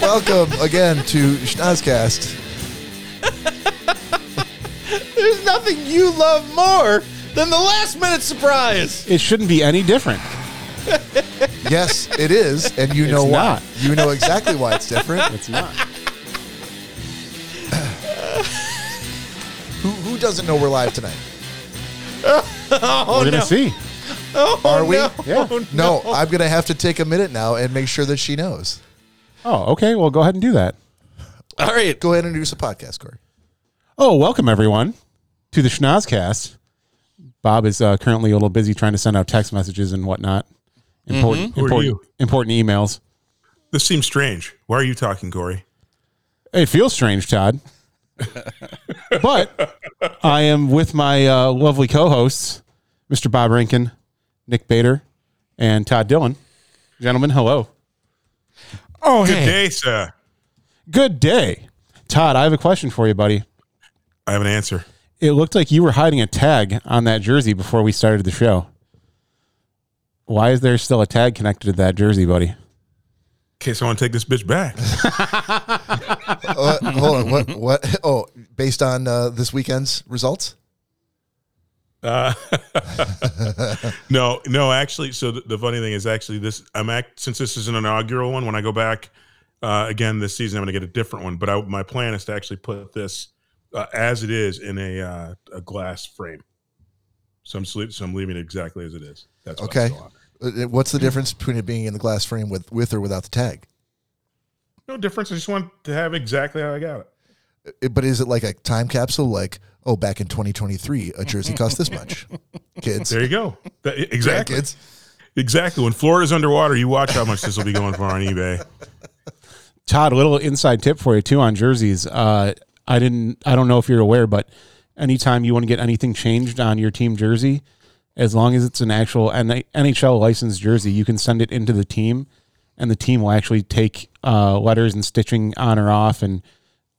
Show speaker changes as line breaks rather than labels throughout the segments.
Welcome again to Schnozcast.
There's nothing you love more than the last minute surprise.
It shouldn't be any different.
Yes, it is, and you know why.
not.
You know exactly why it's different.
It's not.
who, who doesn't know we're live tonight?
Oh
We're gonna
no!
see.
Oh,
Are we?
No.
Yeah.
No, I'm going to have to take a minute now and make sure that she knows.
Oh, okay. Well, go ahead and do that.
All right.
Go ahead and introduce a podcast, Corey.
Oh, welcome everyone to the Schnozcast. Bob is uh, currently a little busy trying to send out text messages and whatnot. Important,
are
important,
you?
important emails.
This seems strange. Why are you talking, Corey?
It feels strange, Todd. but I am with my uh, lovely co-hosts, Mr. Bob Rankin, Nick Bader, and Todd Dillon. Gentlemen, hello.
Oh, good day, sir.
Good day, Todd. I have a question for you, buddy.
I have an answer.
It looked like you were hiding a tag on that jersey before we started the show. Why is there still a tag connected to that jersey, buddy?
In case I want to take this bitch back.
Uh, hold on. What? What? Oh, based on uh, this weekend's results.
Uh, no, no, actually. So the, the funny thing is, actually, this I'm act since this is an inaugural one. When I go back uh, again this season, I'm going to get a different one. But I, my plan is to actually put this uh, as it is in a uh, a glass frame. So I'm sleep, so I'm leaving it exactly as it is. That's what I'm
Okay.
still on.
Uh, What's the difference between it being in the glass frame with with or without the tag?
No difference. I just want to have exactly how I got it.
It- Uh, but is it like a time capsule? Like, oh, back in 2023, a jersey cost this much, kids.
There you go. That- e, exactly.
Kids.
Exactly. When Florida's underwater, you watch how much this will be going for on eBay.
Todd, a little inside tip for you too on jerseys. Uh, I didn't. I don't know if you're aware, but anytime you want to get anything changed on your team jersey, as long as it's an actual N- NHL licensed jersey, you can send it into the team, and the team will actually take uh, letters and stitching on or off and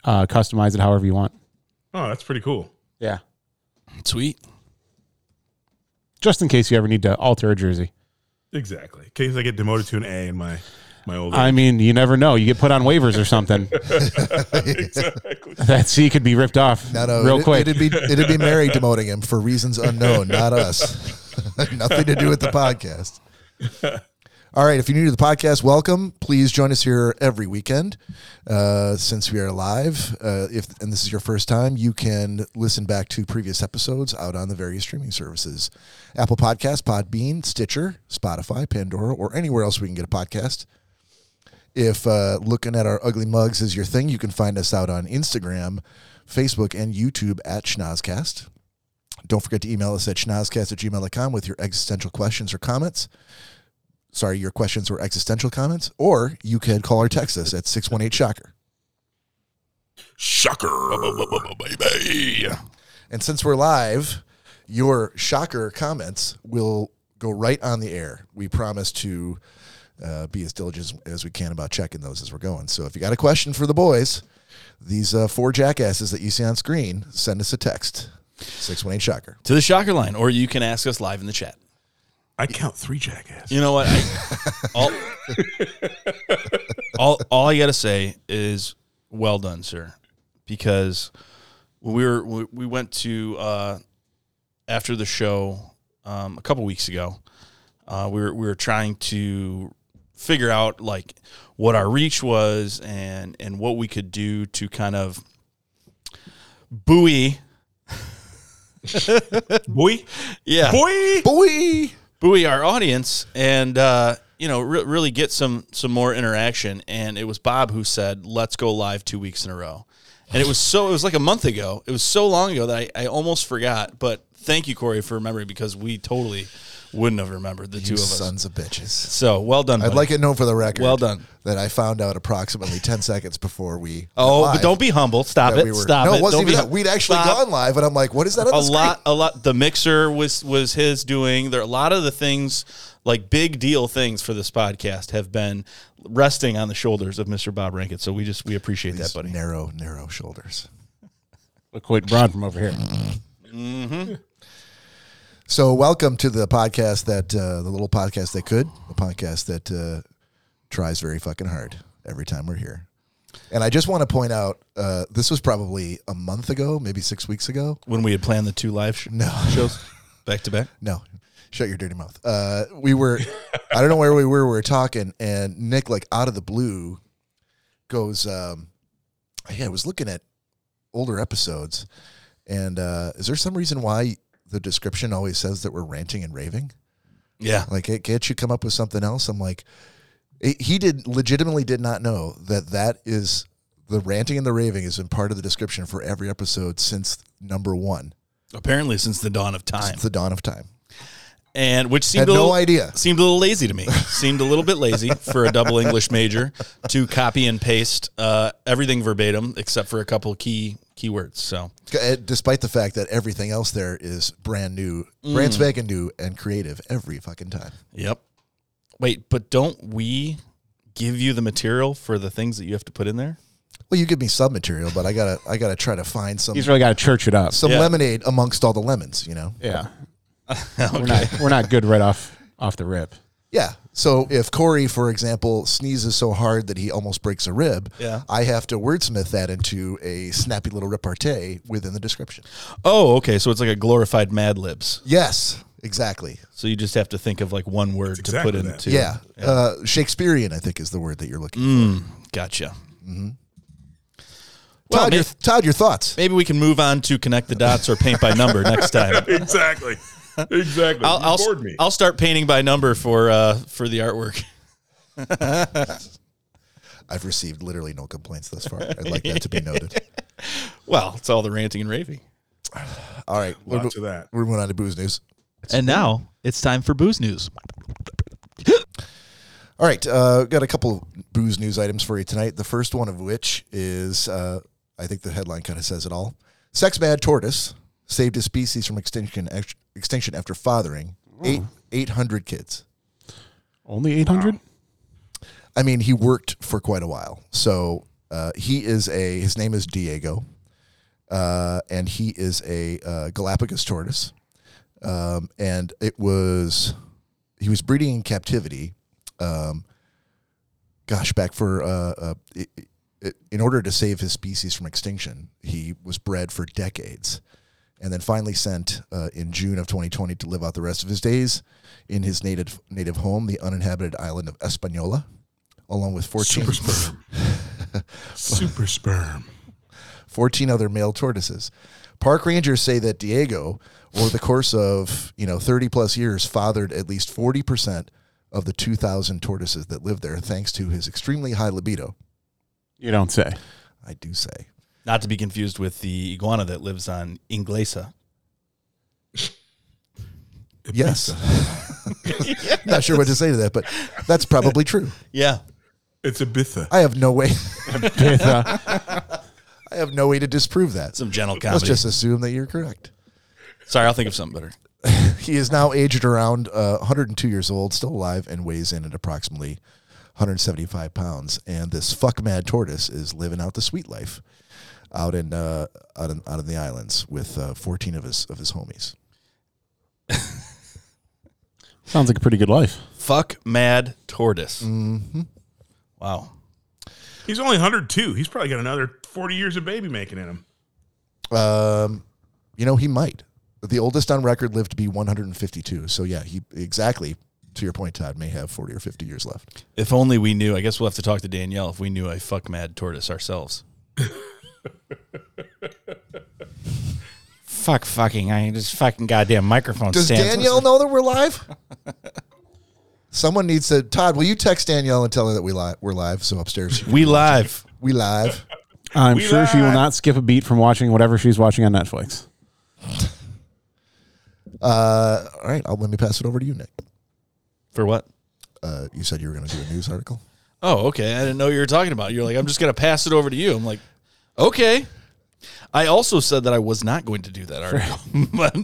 uh, customize it however you want.
Oh, that's pretty cool.
Yeah,
Sweet.
just in case you ever need to alter a jersey.
Exactly. In case I get demoted to an A in my my old
I mean, you never know. You get put on waivers or something.
exactly.
that C could be ripped off
No, no,
real
uh, it,
quick.
It'd be it'd be Mary demoting him for reasons unknown, not us. Nothing to do with the podcast. All right, if you're new to the podcast, welcome. Please join us here every weekend. Uh, since we are live, uh, if and this is your first time, you can listen back to previous episodes out on the various streaming services: Apple Podcasts, Podbean, Stitcher, Spotify, Pandora, or anywhere else we can get a podcast. If uh, looking at our ugly mugs is your thing, you can find us out on Instagram, Facebook, and YouTube at Schnozcast. Don't forget to email us at schnozcast at gmail.com with your existential questions or comments. Sorry, your questions or existential comments. Or you can call or text us at 618 Shocker.
Shocker, baby.
And since we're live, your shocker comments will go right on the air. We promise to uh, be as diligent as- as we can about checking those as we're going. So if you got a question for the boys, these uh, four jackasses that you see on screen, send us a text 618 Shocker.
To the shocker line, or you can ask us live in the chat.
I count three jackasses.
You know what? I, all, all, all I gotta say is, well done, sir, because when we were we, we went to uh, after the show um, a couple weeks ago. Uh, we were we were trying to figure out like what our reach was and and what we could do to kind of buoy
Boy,
yeah
boy.
Boy!
buoy our audience and uh, you know re- really get some some more interaction. And it was Bob who said, "Let's go live two weeks in a row." And it was so it was like a month ago. It was so long ago that I, I almost forgot. But thank you, Corey, for remembering because we totally wouldn't have remembered the two
You
of us.
sons of bitches.
So well done.
I'd like it known for the record.
Well done.
That I found out approximately 10 seconds before we.
Oh,
went
but
live
don't be humble. Stop
that
it.
we were-
Stop
no,
it.
it wasn't
Don't be
even that.
hum-
We'd actually
Stop.
gone live, and I'm like, what is that on
a
the
lot a lot the mixer was was his doing there a lot of the things like big deal things for this podcast have been resting on the shoulders of mr bob rankin so we just we appreciate that
screen?
buddy
Narrow, narrow shoulders.
Look what Ron from over here.
So, welcome to the podcast that uh, the little podcast that could, the podcast that uh, tries very fucking hard every time we're here. And I just want to point out uh, this was probably a month ago, maybe six weeks ago.
when we had planned the two live sh-
No.
shows back to back.
No, shut your dirty mouth. Uh, we were, I don't know where we were. We were talking, and Nick, like out of the blue, goes, um, "Hey, I was looking at older episodes, and uh, is there some reason why the description always says that we're ranting and raving?
Yeah,
Like, hey, can't you come up with something else?" I'm like, it- he did legitimately did not know that that is the ranting and the raving has been part of the description for every episode since number one,
apparently since the dawn of time,
since the dawn of time.
and which seemed
Had
a
no
little,
idea.
seemed a little lazy to me. seemed a little bit lazy for a double English major to copy and paste uh, everything verbatim except for a couple key keywords. So
Uh, despite the fact that everything else there is brand new, brand spanking new, and creative every fucking time.
Yep. Wait, but don't we give you the material for the things that you have to put in there?
Well, you give me some material, but I gotta, I gotta try to find some,
He's really got to church it up.
some
Yeah.
lemonade amongst all the lemons. You know,
Yeah. We're not we're not good right off off the rip.
yeah. So if Corey, for example, sneezes so hard that he almost breaks a rib,
Yeah.
I have to wordsmith that into a snappy little repartee within the description.
Oh, okay. So it's like a glorified Mad Libs.
Yes, exactly.
So you just have to think of like one word to
exactly
put
that.
into.
Yeah, Uh, Shakespearean, I think, is the word that you're looking. for.
Gotcha. Well,
Todd,
may-
your, Todd, your thoughts?
maybe we can move on to connect the dots or paint by number next time.
exactly. Exactly.
I'll
You
I'll,
bored me.
I'll start painting by number for uh, for the artwork.
I've received literally no complaints thus far. I'd like that to be noted.
Well, it's all the ranting and raving.
All right, we're,
Lots of that.
we're moving on to booze news.
and now it's time for booze news.
All right, uh, got a couple of booze news items for you tonight. The first one of which is, uh, I think the headline kind of says it all. Sex mad tortoise saved his species from extinction ex- extinction after fathering eight eight hundred kids.
Only 800?
I mean, he worked for quite a while. So uh, he is a his name is Diego, uh, and he is a uh, Galapagos tortoise. Um, and it was he was breeding in captivity. Um, gosh, back for uh, uh, it, it, in order to save his species from extinction, he was bred for decades. And then finally sent uh, in June of 2020 to live out the rest of his days in his native native home, the uninhabited island of Española, along with 14
Super sperm. Super sperm.
14 other male tortoises. Park rangers say that Diego, over the course of you know 30 plus years, fathered at least 40 percent of the 2,000 tortoises that lived there, thanks to his extremely high libido.
You don't say.
I do say
Not to be confused with the iguana that lives on Inglesa.
yes. Not sure what to say to that, but that's probably true.
Yeah.
It's Ibiza.
I have no way.
Bitha.
I have no way to disprove that.
Some gentle comedy.
Let's just assume that you're correct.
Sorry, I'll think of something better.
He is now aged around uh, 102 years old, still alive, and weighs in at approximately 175 pounds. And this fuck mad tortoise is living out the sweet life out in uh, out in, out in the islands with uh, 14 of his of his homies.
Sounds like a pretty good life.
Fuck Mad Tortoise.
Mm-hmm.
Wow.
He's only 102. He's probably got another 40 years of baby making in him.
Um, you know, he might. The oldest on record lived to be 152. So yeah, he exactly to your point, Todd may have 40 or 50 years left.
If only we knew. I guess we'll have to talk to Danielle if we knew a fuck Mad Tortoise ourselves.
Fuck fucking. I just fucking goddamn microphone
Does
stands.
Danielle know that we're live? Someone needs to. Todd, will you text Danielle and tell her that we li- we're live? So upstairs,
We live.
we live.
I'm
We
sure she will
live.
not skip a beat from watching whatever she's watching on Netflix.
Uh, all right, I'll, let me pass it over to you, Nick.
For what?
Uh, you said you were going to do a news article.
Oh, okay. I didn't know you were talking about. You're like, I'm just going to pass it over to you. I'm like, okay. I also said that I was not going to do that article. but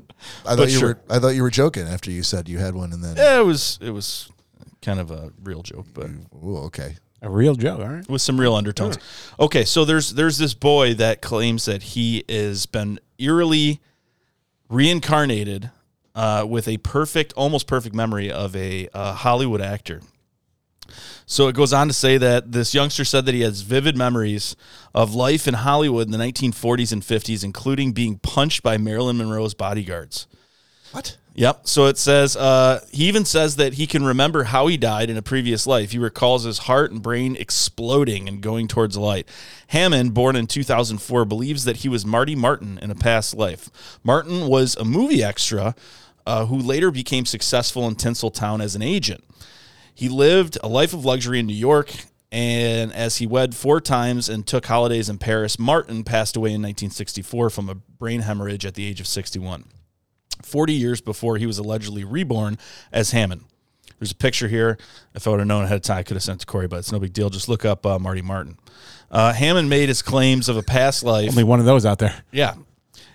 I thought
but
you
sure.
were. I thought you were joking after you said you had one, and then.
Yeah, it was it was kind of a real joke, but
Ooh, okay.
A real joke, all right.
with some real undertones. Okay, so there's there's this boy that claims that he has been eerily reincarnated uh, with a perfect, almost perfect memory of a, uh Hollywood actor, So it goes on to say that this youngster said that he has vivid memories of life in Hollywood in the 1940s and 50s, including being punched by Marilyn Monroe's bodyguards.
What?
Yep. So it says uh, he even says that he can remember how he died in a previous life. He recalls his heart and brain exploding and going towards light. Hammond, born in 2004, believes that he was Marty Martin in a past life. Martin was a movie extra uh, who later became successful in Tinseltown as an agent. He lived a life of luxury in New York, and as he wed four times and took holidays in Paris, Martin passed away in 1964 from a brain hemorrhage at the age of 61. 40 years before he was allegedly reborn as Hammond. There's a picture here. If I would have known ahead of time, I could have sent it to Corey, but it's no big deal. Just look up uh, Marty Martin. Uh, Hammond made his claims of a past life.
Only one of those out there.
Yeah.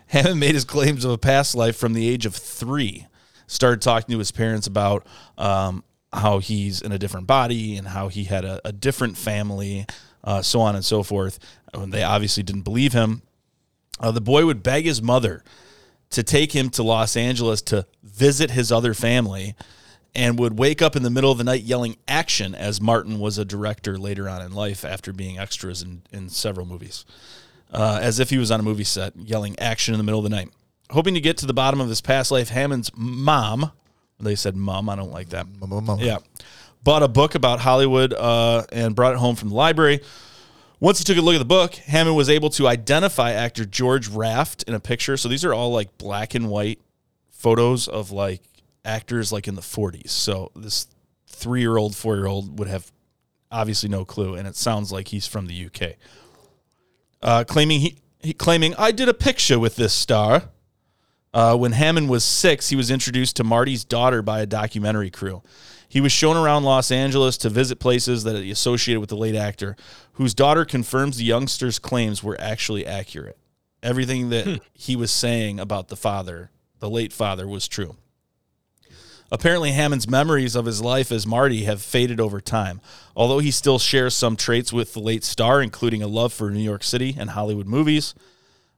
Hammond made his claims of a past life from the age of three. Started talking to his parents about um, how he's in a different body and how he had a, a different family, uh, so on and so forth. And they obviously didn't believe him. Uh, the boy would beg his mother to take him to Los Angeles to visit his other family and would wake up in the middle of the night yelling action as Martin was a director later on in life after being extras in, in several movies uh, as if he was on a movie set, yelling action in the middle of the night. Hoping to get to the bottom of his past life, Hammond's mom, they said mom, I don't like that.
Mama, mama.
Yeah. Bought a book about Hollywood uh, and brought it home from the library. Once he took a look at the book, Hammond was able to identify actor George Raft in a picture. So these are all like black and white photos of like actors like in the 40s. So this three year old, four year old would have obviously no clue. And it sounds like he's from the UK. Uh, claiming he, he claiming I did a picture with this star. Uh, when Hammond was six, he was introduced to Marty's daughter by a documentary crew. He was shown around Los Angeles to visit places that he associated with the late actor, whose daughter confirms the youngster's claims were actually accurate. Everything that he was saying about the father, the late father, was true. Apparently, Hammond's memories of his life as Marty have faded over time, although he still shares some traits with the late star, including a love for New York City and Hollywood movies.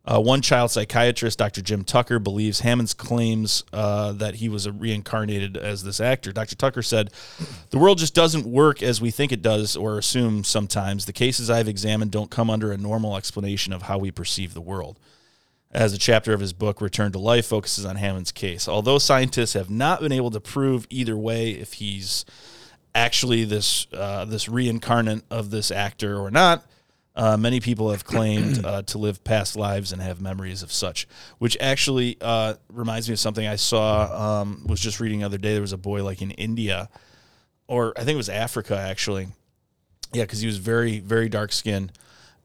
Uh, one child psychiatrist, Dr. Jim Tucker, believes Hammond's claims uh, that he was reincarnated as this actor. Dr. Tucker said, The world just doesn't work as we think it does or assume sometimes. The cases I've examined don't come under a normal explanation of how we perceive the world as a chapter of his book Return to Life focuses on Hammond's case. Although scientists have not been able to prove either way if he's actually this uh, this reincarnate of this actor or not, uh, many people have claimed uh, to live past lives and have memories of such. Which actually uh, reminds me of something I saw um, was just reading the other day. There was a boy like in India, or I think it was Africa actually. Yeah, because he was very, very dark skinned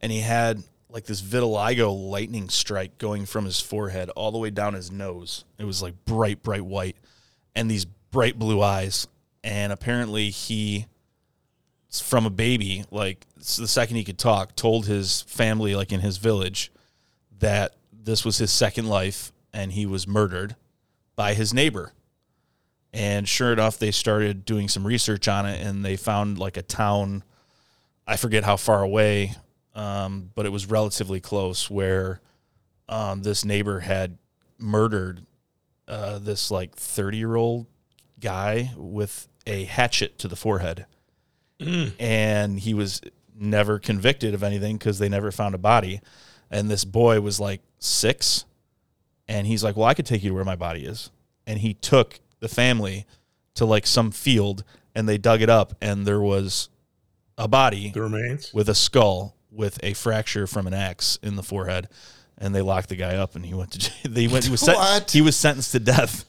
and he had like this vitiligo lightning strike going from his forehead all the way down his nose. It was like bright, bright white and these bright blue eyes. And apparently, he, from a baby, like s- the second he could talk, told his family, like in his village, that this was his second life and he was murdered by his neighbor. And sure enough, they started doing some research on it and they found like a town. I forget how far away, um, but it was relatively close where um, this neighbor had murdered uh, this like 30 year old guy with a hatchet to the forehead. And he was never convicted of anything because they never found a body. And this boy was like six. And he's like, Well, I could take you to where my body is. And he took the family to like some field and they dug it up and there was a body
The remains.
with a skull with a fracture from an axe in the forehead, and they locked the guy up, and he went to jail. They went. He was, sent,
What?
he was sentenced to death.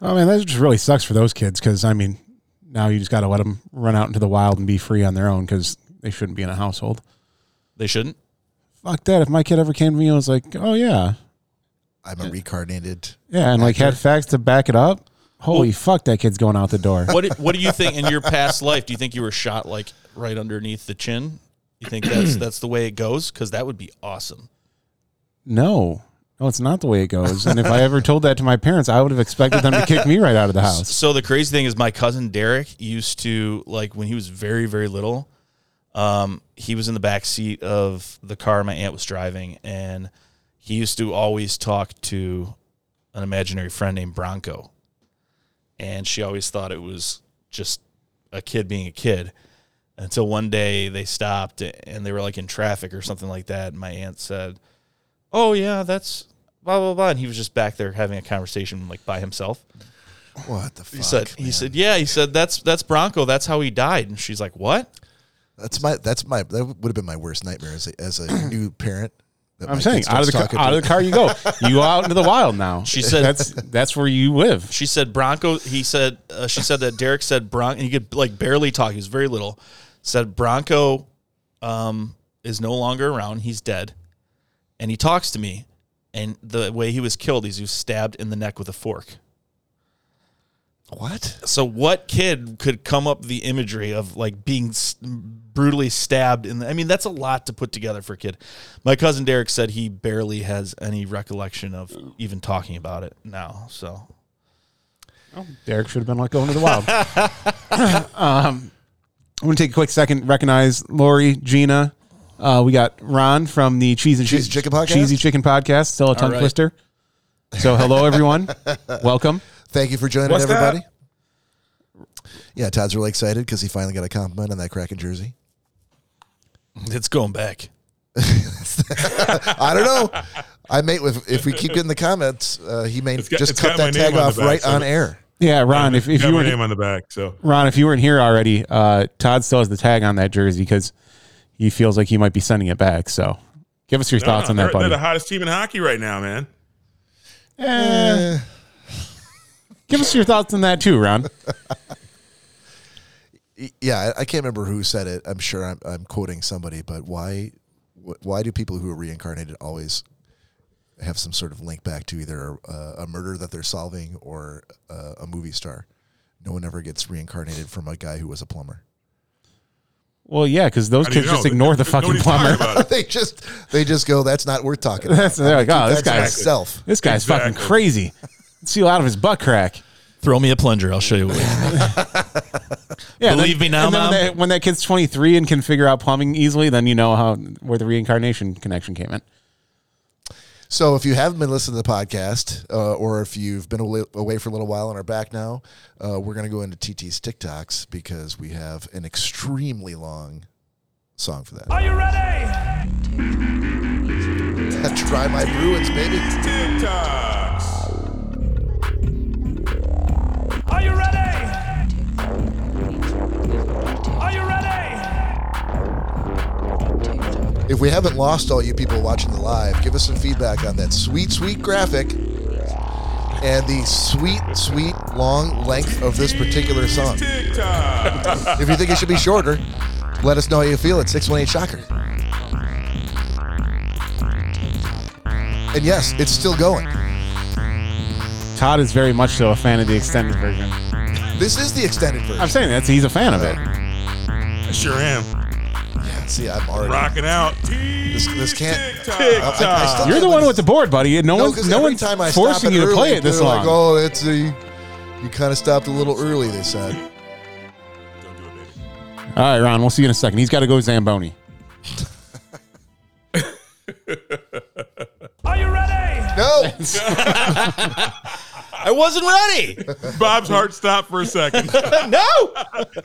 Oh man, that just really sucks for those kids because I mean, now you just got to let them run out into the wild and be free on their own because they shouldn't be in a household.
They shouldn't.
Fuck that! If my kid ever came to me and was like, "Oh yeah,
I'm a reincarnated.
yeah," and like had facts to back it up, holy fuck, that kid's going out the door.
What do, What do you think in your past life? Do you think you were shot like right underneath the chin? You think that's that's the way it goes? Because that would be awesome.
No, no, it's not the way it goes. And if I ever told that to my parents, I would have expected them to kick me right out of the house.
So the crazy thing is, my cousin Derek used to like when he was very very little. Um, he was in the back seat of the car my aunt was driving, and he used to always talk to an imaginary friend named Bronco, and she always thought it was just a kid being a kid until one day they stopped and they were like in traffic or something like that. And my aunt said, "Oh yeah, that's blah blah blah," and he was just back there having a conversation like by himself.
What the fuck?
He said, "He said, yeah." He said, "That's that's Bronco. That's how he died." And she's like, "What?"
That's my that's my that would have been my worst nightmare as a, as a new parent. that
I'm
my
saying
kid
out of the
starts
car,
talking
out
to-
of the car you go. You go out into the wild now.
She said-
that's that's where you live.
She said Bronco. He said uh, she said that Derek said Bronco. He could like barely talk. He was very little. Said Bronco um, is no longer around. He's dead, and he talks to me. And the way he was killed is he was stabbed in the neck with a fork.
What?
So what kid could come up with the imagery of like being s- brutally stabbed? In the, I mean, that's a lot to put together for a kid. My cousin Derek said he barely has any recollection of even talking about it now. So
Derek should have been let go into the wild. um, I'm going to take a quick second, recognize Lori, Gina. Uh, we got Ron from the Cheese and
Cheese
Chi-
Chicken Podcast?
Cheesy Chicken Podcast, still a tongue
right.
twister. So, hello, everyone. Welcome.
Thank you for joining
What's
everybody. Yeah, Todd's really excited because he finally got a compliment on that Kraken jersey.
it's going back.
I don't know. I may if, if we keep getting the comments, uh, he may
got-
just
it's
cut
got my
that tag
name on the
off
back,
right
so
on
it-
air.
Yeah, Ron, if, if
Got
you
my
weren't
name on the back, so
Ron, if you weren't here already, uh, Todd still has the tag on that jersey because he feels like he might be sending it back. So, give us your thoughts on
Ah, they're,
that,
they're
buddy.
the hottest team in hockey right now, man.
Eh. give us your thoughts on that too, Ron.
yeah, I, I can't remember who said it. I'm sure I'm, I'm quoting somebody, but why wh- why do people who are reincarnated always have some sort of link back to either uh, a murder that they're solving or uh, a movie star? No one ever gets reincarnated from a guy who was a plumber.
Well, yeah, because those
How do you
kids just
know?
ignore the fucking
Nobody's talking
plumber.
about it.
they just they just go, that's not worth talking about.
That's- they're like,
I'm gonna
"Oh,
keep
this
that to
guy's-
myself.
This guy's fucking
Exactly.
crazy. See a lot of his butt crack.
Throw me a plunger. I'll show you what. it is.
Yeah, and
Believe me now,
and then
Mom.
When that, when that kid's 23 and can figure out plumbing easily, then you know how where the reincarnation connection came in.
So if you haven't been listening to the podcast, uh, or if you've been away, away for a little while and are back now, uh, we're going to go into TT's TikToks because we have an extremely long song for that.
Are you ready?
Try my Bruins, baby.
TikToks.
Are you ready? Are you ready?
If we haven't lost all you people watching the live, give us some feedback on that sweet, sweet graphic and the sweet, sweet long length of this particular song.
TikToks.
If you think it should be shorter, let us know how you feel at 618 Shocker. And yes, it's still going.
Todd is very much so a fan of the extended version.
This is the extended version.
I'm saying that's he's a fan of it.
I sure am.
Yeah, see, I'm already.
Rocking out.
This- this can't-
TikToks.
I- I still-
You're the one with the board, buddy. No,
No,
one,
'cause
no
every
one's
time I
forcing
stop it
you to play
early,
it this
they're
long.
Like, oh, it's a, you kind of stopped a little early. They said.
Don't do it, baby.
"Oh."
All right, Ron, we'll see you in a second. He's got to go Zamboni.
Are you ready?
No,
I wasn't ready.
Bob's heart stopped for a second.
No.
no!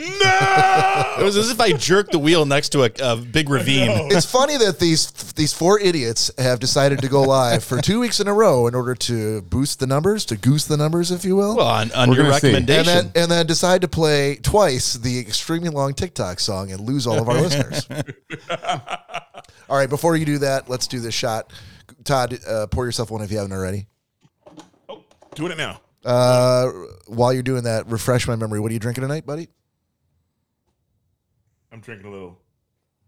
It was as if I jerked the wheel next to a, a big ravine.
it's funny that these these four idiots have decided to go live for two weeks in a row in order to boost the numbers, to goose the numbers, if you will.
Well, on, on
We're
your
gonna see.
and
recommendation.
then, and then decide to play twice the extremely long TikTok song and lose all of our listeners. All right, before you do that, let's do this shot. Todd, uh, pour yourself one if you haven't already.
Oh, doing it now.
Uh, while you're doing that, refresh my memory. What are you drinking tonight, buddy?
I'm drinking a little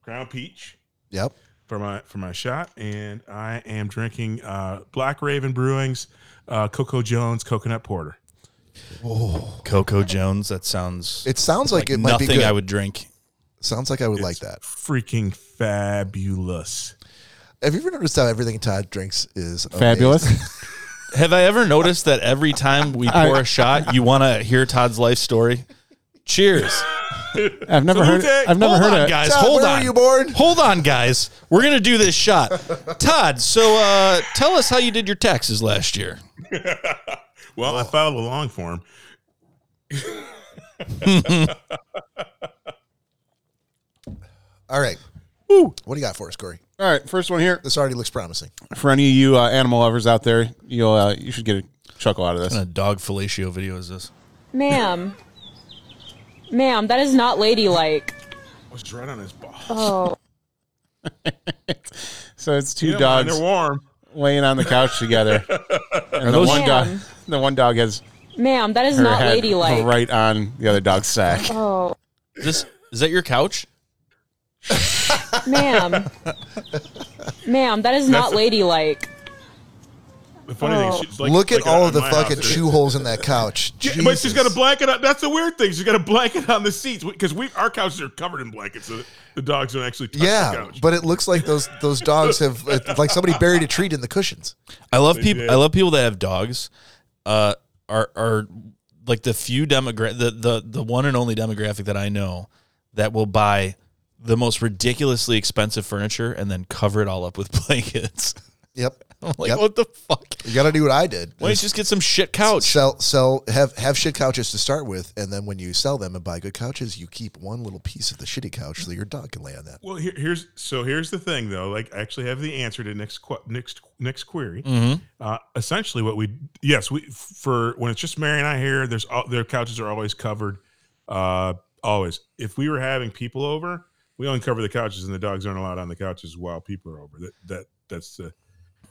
Crown Peach
Yep.
for my for my shot, and I am drinking uh, Black Raven Brewing's uh, Coco Jones Coconut Porter.
Coco Jones. That sounds
It sounds like, it might be
nothing
good.
I would drink.
sounds like I would like that.
Freaking fabulous!
Have you ever noticed how everything Todd drinks is amazing?
Fabulous.
Have I ever noticed that every time we pour a shot, you want to hear Todd's life story? Cheers.
I've never heard.
Salute.
I've never
hold
heard
on,
of.
guys.
Todd,
hold
where
on.
were you born?
Hold on, guys. We're going to do this shot. Todd, so uh, tell us how you did your taxes last year.
Oh.
Well, I filed a long form.
All right. What do you got for us, Corey?
All right, first one here.
This already looks promising.
For any of you uh, animal lovers out there, you'll uh, you should get a chuckle out of this.
kind of dog fellatio video is this?
Ma'am. Ma'am, that is not ladylike.
was right on his balls.
Oh.
So it's two
Yeah, man,
dogs
They're warm.
laying on the couch together, and the
those-
one dog
Ma'am.
the one dog has
Ma'am, that is
her
not
head
ladylike.
right on the other dog's sack.
Oh.
Is this is that your couch?
Ma'am. Ma'am, that is not ladylike.
The funny thing is,
Oh.
she's like,
Look at
like
all
in
of the
my
fucking
house.
chew holes in that couch.
Yeah, but she's
Jesus.
got a blanket. On, that's the weird thing. She's got a blanket on the seats because we our couches are covered in blankets, so the dogs don't actually touch the
Yeah,
couch.
but it looks like those those dogs have it's like somebody buried a treat in the cushions.
I love people.
did.
I love people that have dogs. Uh, are are like the few demogra- the the the one and only demographic that I know that will buy the most ridiculously expensive furniture and then cover it all up with blankets.
Yep.
I'm like,
Yep.
what the fuck?
You got to do what I did.
Why don't you just get some shit couch?
Sell sell have have shit couches to start with, and then when you sell them and buy good couches, you keep one little piece of the shitty couch so your dog can lay on that.
well, here, here's so here's the thing though. Like, I actually have the answer to next qu- next next query.
Mm-hmm.
Uh, essentially, what we yes we for when it's just Mary and I here, there's all, their couches are always covered. Uh, always. If we were having people over, we uncover the couches, and the dogs aren't allowed on the couches while people are over. That that that's the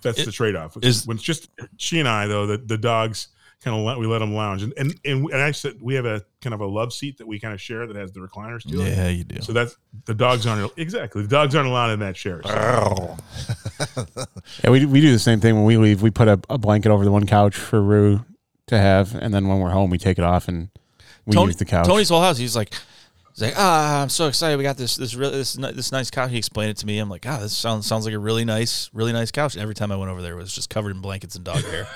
that's
It-
the trade off.
is-
When it's just she and I though, the, the dogs kind of let we let them lounge, and and and, and I said we have a kind of a love seat that we kind of share that has the recliners to it.
Yeah, you do.
So that's the dogs aren't exactly the dogs aren't allowed in that chair. So-
Yeah, we, we do the same thing when we leave. We put a, a blanket over the one couch for Rue to have, and then when we're home, we take it off and we
Tony-
use the couch.
Tony's whole house. He's like, he's like, ah, I'm so excited. We got this this really this ni- this nice couch. He explained it to me. I'm like, ah, this sounds sounds like a really nice, really nice couch. Every time I went over there, it was just covered in blankets and dog hair.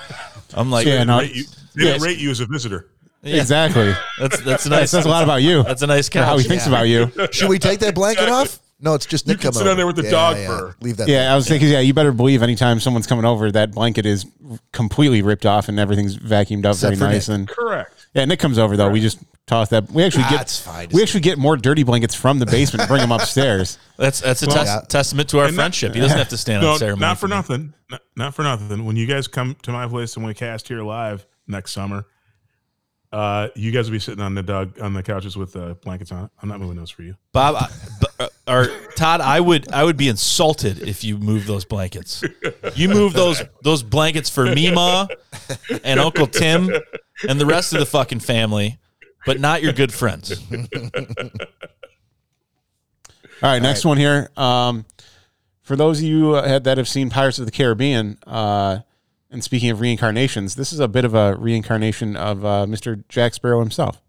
I'm like,
Yeah,
yeah,
no,
rate you, they
Yes.
rate you as a visitor.
exactly.
that's that's a
That
nice.
says a lot about you.
That's a nice
or
couch.
how he thinks
Yeah.
about you.
Should we take that blanket off? No, it's just
You
Nick
can
coming
sit on
over.
there with the dog fur.
Leave that.
Yeah, I was thinking. Yeah, you better believe anytime someone's coming over, that blanket is completely ripped off and everything's vacuumed up
Except for
very nice.
Nick.
And
Correct.
yeah, Nick comes over though. We just toss that. We actually get
That's fine.
we actually get more dirty blankets from the basement and bring them upstairs.
That's that's a tes-
yeah.
testament to our
And that-
friendship. he doesn't have to stand on
No,
ceremony.
not for
me.
nothing. Not, not for nothing. When you guys come to my place and we cast here live next summer, uh, you guys will be sitting on the dog on the couches with uh, blankets on it. I'm not moving those for you.
Bob I- b- uh, or Todd. I would I would be insulted if you moved those blankets. You moved those those blankets for Mima and Uncle Tim and the rest of the fucking family, but not your good friends.
All right, next one here. Um, for those of you uh, that have seen Pirates of the Caribbean, uh, and speaking of reincarnations, this is a bit of a reincarnation of uh, Mr. Jack Sparrow himself.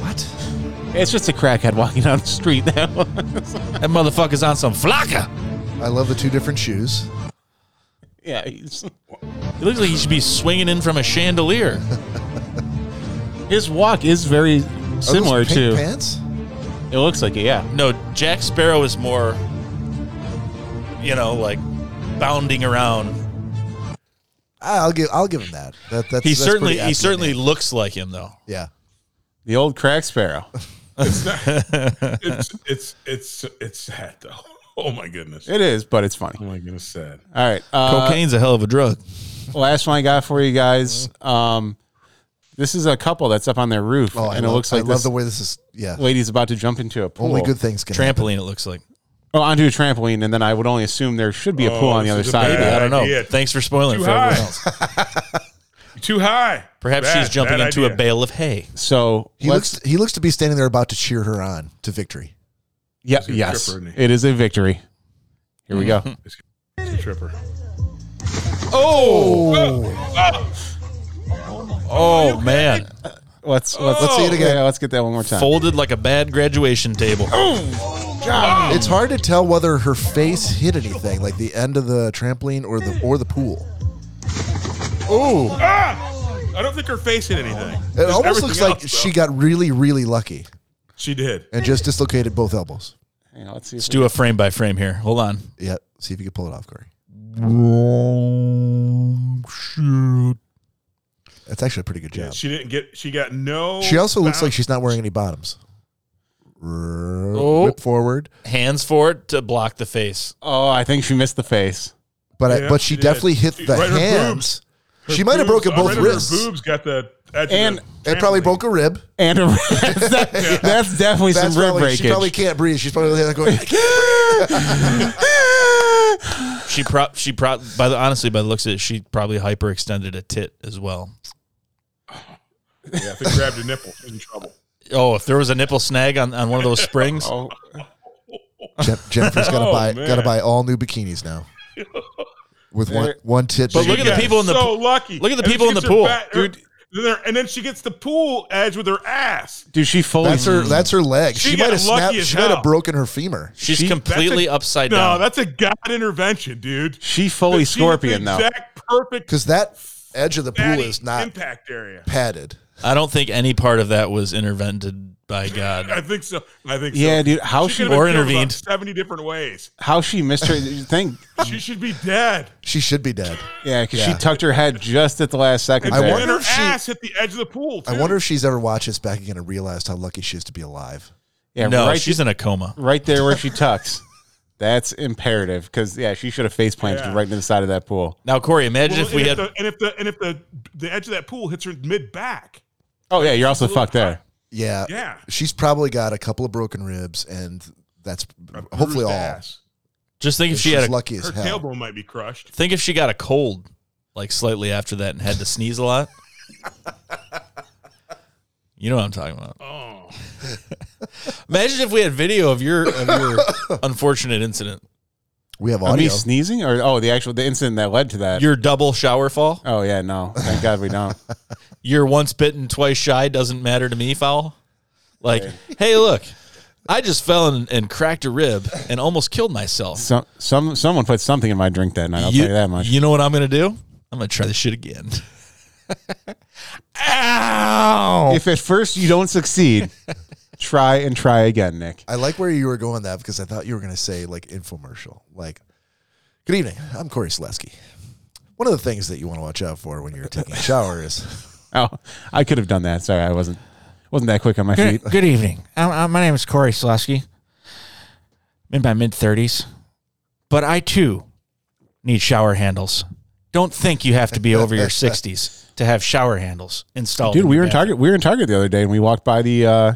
What?
It's just a crackhead walking down the street now.
That motherfucker's on some flaca.
I love the two different shoes.
yeah, he's-
He looks like he should be swinging in from a chandelier.
his walk is very
Are those
similar
pink
to.
pants.
It looks like it, yeah.
No, Jack Sparrow is more, you know, like bounding around.
Ah, I'll give I'll give him that. That that's
He
that's
certainly
pretty apt
he
for
certainly
me.
looks like him though.
yeah.
The old crack sparrow.
It's it's it's it's sad though. Oh my goodness.
It is, but it's funny.
Oh my goodness, sad.
All right, uh,
Cocaine's a hell of a drug.
last one I got for you guys. Um, this is a couple that's up on their roof,
Oh, I
and it
love-
looks like
I
this
love the way this is. Yeah,
lady's about to jump into a pool.
only good things can. happen.
Trampoline, it looks like.
Oh, onto a trampoline, and then I would only assume there should be a pool
Oh,
on the
this
other
is a
side. of
bad
I
that.
don't know.
idea.
Thanks for spoiling
Too
it for everyone
high.
else.
Too high.
Perhaps
Bad-
she's jumping
bad
into a
idea.
bale of hay.
So
He
let's.
looks he looks to be standing there about to cheer her on to victory.
yeah,
He's a
yes,
tripper, isn't he?
it is a victory. Here we go.
It's a tripper.
Oh,
Oh man,
Let's let's
Let's see it again.
Yeah, let's get that one more time.
folded like a bad graduation table.
Oh.
it's hard to tell whether her face hit anything, like the end of the trampoline or the or the pool.
Ah! I don't think her face hit anything.
It almost looks like she got really really lucky
she did.
and just dislocated both elbows.
Hang on, let's see.
Let's
If
do a frame by frame here. Hold on.
Yeah, see if you can pull it off, Corey. Wrong shit. That's actually a pretty good job.
She didn't get. She got no.
She also looks like
bounce.
she's not wearing any bottoms. R-
Oh.
Whip forward,
Hands forward to block the face.
Oh, I think she missed the face.
but I,
Yeah,
but she,
she did.
definitely hit
She-
the
right, her
hands.
Her
She might have
boobs-
broken
I
both
read her
wrists.
boobs got the edge
And-
of the
It probably
trampoline.
broke a rib.
And her, that's, that's definitely
That's
some rib
probably,
breakage.
she probably can't breathe. She's probably like going,
She prop she prop by the honestly by the looks of it, she probably hyperextended a tit as well.
Yeah, if it grabbed a nipple, she's in trouble.
Oh, if there was a nipple snag on, on one of those springs,
oh,
Jen- Jennifer's gotta
Oh,
buy
man.
gotta buy all new bikinis now. With one one tit.
But look
She
at the
got
people in the
so
pool-
lucky.
look at the
And then
people
she
in the
gets her
pool,
back- her-
dude.
then there- and then she gets the pool edge with her ass.
dude, she fully.
that's her that's her leg. She,
She
might
got
have
lucky
snapped
as
she might
hell.
have broken her femur.
she's
She-
That's a-
completely upside
no,
down.
that's a god intervention, dude.
she fully
She hit the
scorpion though.
Exact perfect
Because that edge of the pool
fatty
is not
impact area.
padded.
I don't think any part of that was intervented by
I
God.
think so. I think
Yeah,
so.
dude. How she,
could've been
or
killed about
intervened.
seventy different ways.
how she missed her? You think?
She should be dead.
She should be dead.
Yeah, because she
Yeah.
tucked her head just at the last second.
I
there.
wonder
and her
if she-
ass hit the edge of the pool.
I
too.
wonder if she's ever watched this back again and realized how lucky she is to be alive.
Yeah,
no,
right,
she's in a coma.
right there where she tucks. That's imperative because yeah, she should have face planted
Yeah.
right into the side of that pool.
Now, Corey, imagine
Well,
if we had
the, and if the and if the the edge of that pool hits her mid back.
Oh yeah, you're also fucked there.
Yeah.
Yeah.
She's probably got a couple of broken ribs and that's hopefully
bruised
all.
ass.
just think if she
she's
had a,
lucky as
Her
hell.
tailbone might be crushed.
think if she got a cold like slightly after that and had to sneeze a lot. You know what I'm talking about.
Oh,
Imagine if we had video of your of your unfortunate incident.
We have
Are me
audio.
sneezing or oh the actual the incident that led to that?
Your double shower fall.
oh yeah, no, thank God we don't.
your once bitten, twice shy doesn't matter to me foul. Like, hey, look, I just fell and, and cracked a rib and almost killed myself.
Some some someone put something in my drink that night. I'll tell you that much.
you know what I'm going to do? I'm going to try this shit again. Ow!
If at first you don't succeed, try and try again, Nick.
I like where you were going that because I thought you were going to say like infomercial. Like, good evening. I'm Corey Selesky. One of the things that you want to watch out for when you're taking a shower is
Oh, I could have done that. Sorry, I wasn't wasn't that quick on my feet.
Good, good evening. I'm, i my name is Corey Selesky. I'm in my mid 30s, but I too need shower handles. Don't think you have to be over your 60s to have shower handles installed.
Dude,
in
we
your
were in
bathroom.
Target. We were in Target the other day, and we walked by the uh,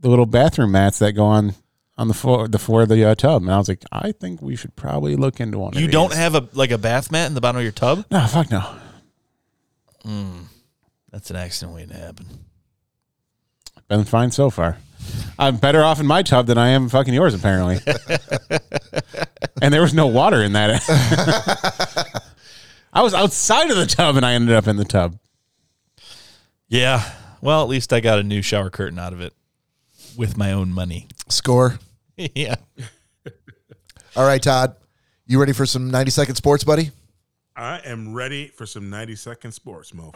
the little bathroom mats that go on on the floor the floor of the uh, tub, and I was like, I think we should probably look into one. of
You don't
these.
have a like a bath mat in the bottom of your tub?
No, fuck no.
That's an accident waiting to happen.
Been fine so far. I'm better off in my tub than I am fucking yours, apparently. and there was no water in that. I was outside of the tub, and I ended up in the tub.
Yeah. Well, at least I got a new shower curtain out of it with my own money.
score.
yeah.
All right, Todd, you ready for some 90 second sports, buddy?
I am ready for some ninety second sports, mofo.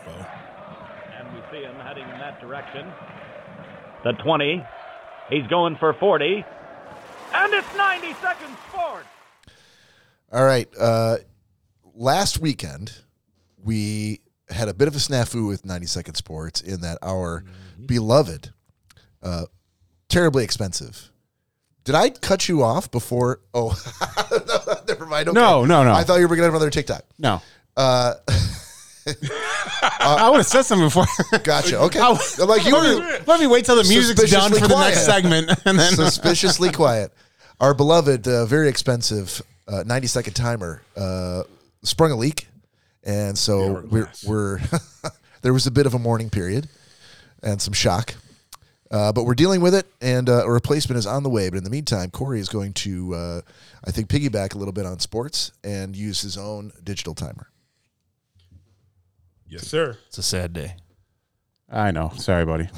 And we see him heading in that direction. The 20. He's going for 40.
And it's 90 seconds forward.
All right. Uh, last weekend, we had a bit of a snafu with 90 Second Sports in that our
Mm-hmm.
beloved, uh, terribly expensive. Did I cut you off before? Oh, no, never mind. Okay.
No, no, no.
I thought you were going to have another TikTok.
No. Uh, I would have said something before.
Gotcha. Okay.
I
I'm like, you
let,
were
me, let me wait till the music's done for
Suspiciously
the next
quiet.
segment, and then
suspiciously quiet. Our beloved, uh, very expensive uh, 90 second timer uh, sprung a leak. And so we're,
glass.
we're there was a bit of a mourning period and some shock. Uh, but we're dealing with it, and uh, a replacement is on the way. But in the meantime, Corey is going to, uh, I think, piggyback a little bit on sports and use his own digital timer.
Yes, sir.
It's a sad day.
I know. Sorry, buddy.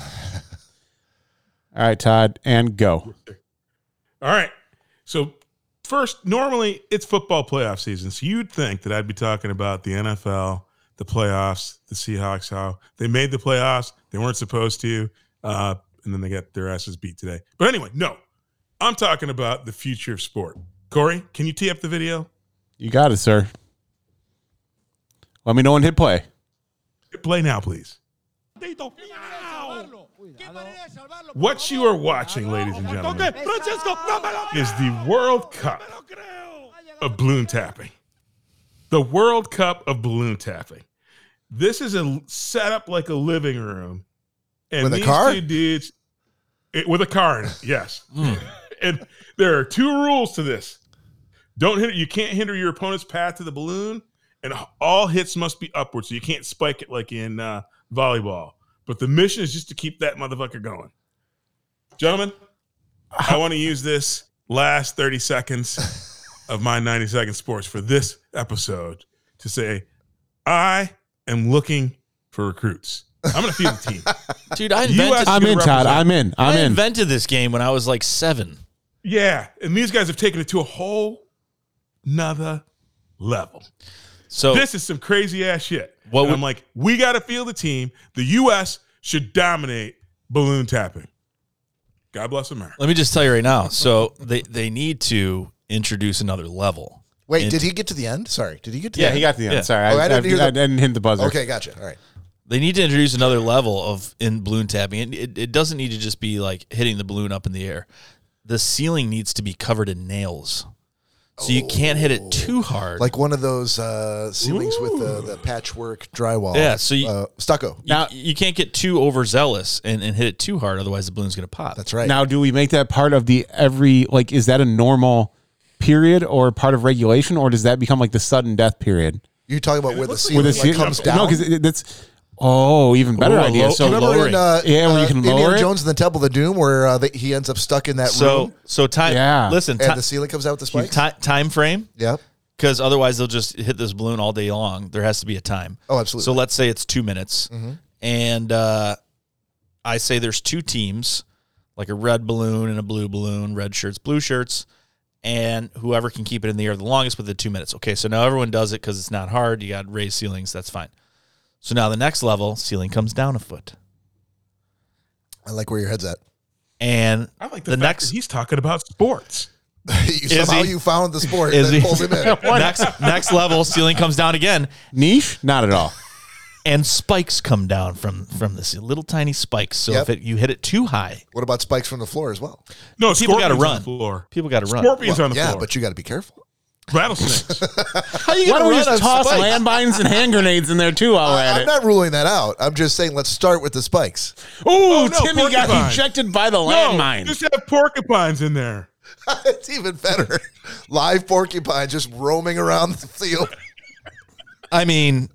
All right, Todd, and go.
All right. So first, normally it's football playoff season, so you'd think that I'd be talking about the NFL, the playoffs, the Seahawks, how they made the playoffs, they weren't supposed to, uh, and then they got their asses beat today. But anyway, no, I'm talking about the future of sport. Corey, can you tee up the video?
You got it, sir. Let me know when hit play.
Play now, please. What you are watching, ladies and gentlemen, is the World Cup of balloon tapping. The World Cup of balloon tapping. This is a set up like a living room, and
With a
these
car?
two dudes it- with a car. In it, yes, and there are two rules to this: don't hit. You can't hinder your opponent's path to the balloon, and all hits must be upward, so you can't spike it like in uh, volleyball. But the mission is just to keep that motherfucker going. Gentlemen, I want to use this last 30 seconds of my 90 second sports for this episode to say, I am looking for recruits. I'm going to feel the team.
Dude, I
You
invented,
asked-
i
I'm in, Todd.
represent-
I'm in. I'm in.
invented this game when I was like seven.
Yeah. And these guys have taken it to a whole nother level.
So
This is some crazy ass shit.
What
and
would-
I'm like, we got to feel the team. The U.S. should dominate balloon tapping. God bless America.
let me just tell you right now. So they, they need to introduce another level.
Wait,
And-
did he get to the end? Sorry, did he get to
Yeah,
the
He got the end.
Yeah.
Sorry,
Oh,
I,
I
I,
didn't
didn't
hear the-
I didn't hit the buzzer.
end? Okay, gotcha. All right.
They need to introduce another level of in balloon tapping. It, it, it doesn't need to just be like hitting the balloon up in the air. The ceiling needs to be covered in nails. So you can't hit it too hard.
Oh. Like one of those uh, ceilings with the, the patchwork drywall.
Yeah, so you-
uh, stucco.
you, you can't get too overzealous and, and hit it too hard, otherwise the balloon's gonna pop.
That's right.
Now, do we make that part of the every like? Is that a normal period or part of regulation, or does that become like the sudden death period?
You're talking about where the
looks
ceiling
like
the
like
ceiling-
comes down.
No, because that's oh, even better
Ooh, a
idea.
low-
so
remember
lowering.
in, uh,
yeah, when you can
Indiana
lower it.
Jones in the Temple of Doom, where uh, the, he ends up stuck in that
So
room,
so time
Yeah.
listen,
and
ti-
the ceiling comes out with the
ti-
spikes.
time frame,
yep.
because otherwise they'll just hit this balloon all day long. There has to be a time.
Oh, absolutely. Mm-hmm.
So let's say it's two minutes, and uh, I say there's two teams, like a red balloon and a blue balloon, red shirts, blue shirts, and whoever can keep it in the air the longest within two minutes. Okay, so now everyone does it because it's not hard. You got raised ceilings, that's fine. So now the next level, ceiling comes down a foot,
I like where your head's at.
and
I like the,
the,
fact
next
that he's talking about sports.
you, somehow
he?
you found the sport
Is
that
he?
pulls him in.
next next level, ceiling comes down again,
Niche? Not at all.
and spikes come down from from this little tiny spikes. So
Yep.
if it, you hit it too high,
What about spikes from the floor as well?
No,
People gotta
scorpions
run.
on the floor.
people got to run.
Scorpions on the
yeah,
floor.
but you got to be careful.
Rattlesnakes.
How you gonna
Why don't we
run
just
on
toss
spikes?
landmines and hand grenades in there too while we're
I,
at
am
it?
not ruling that out. I'm just saying let's start with the spikes.
Ooh,
Oh,
no,
Timmy
porcupine.
got ejected by the
no,
landmine.
just have porcupines in there.
it's even better. Live porcupine just roaming around the field.
I mean,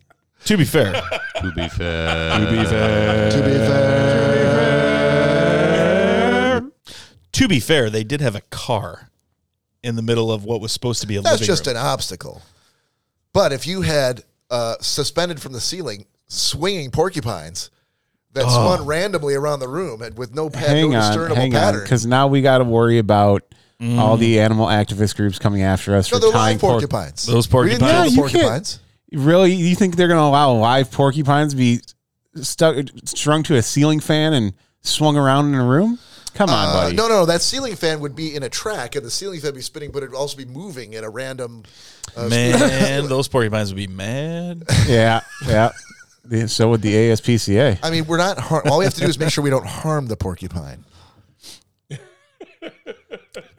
to be fair,
to be fair.
to be fair, they did have a car in the middle of what was supposed to be a
That's
living
just
room.
an obstacle. But if you had uh, suspended from the ceiling swinging porcupines that spun randomly around the room and with no pa-
Oh. hang
no
on,
discernible
hang on,
pattern, Mm.
because now we got to worry about all the animal activist groups coming after us
no,
for
they're
tying
live
porc-
porcupines.
Those
We didn't kill
porcupines.
Yeah,
the
you can't-
porcupines.
Really, you think they're going to allow live porcupines to be stuck, strung to a ceiling fan and swung around in a room? Come on,
Uh,
buddy.
no, no, no. That ceiling fan would be in a track, and the ceiling fan would be spinning, but it'd also be moving at a random. Uh,
Man, those porcupines would be mad.
Yeah, yeah. The- So would the ASPCA.
I mean, we're not. Har- all we have to do is make sure we don't harm the porcupine.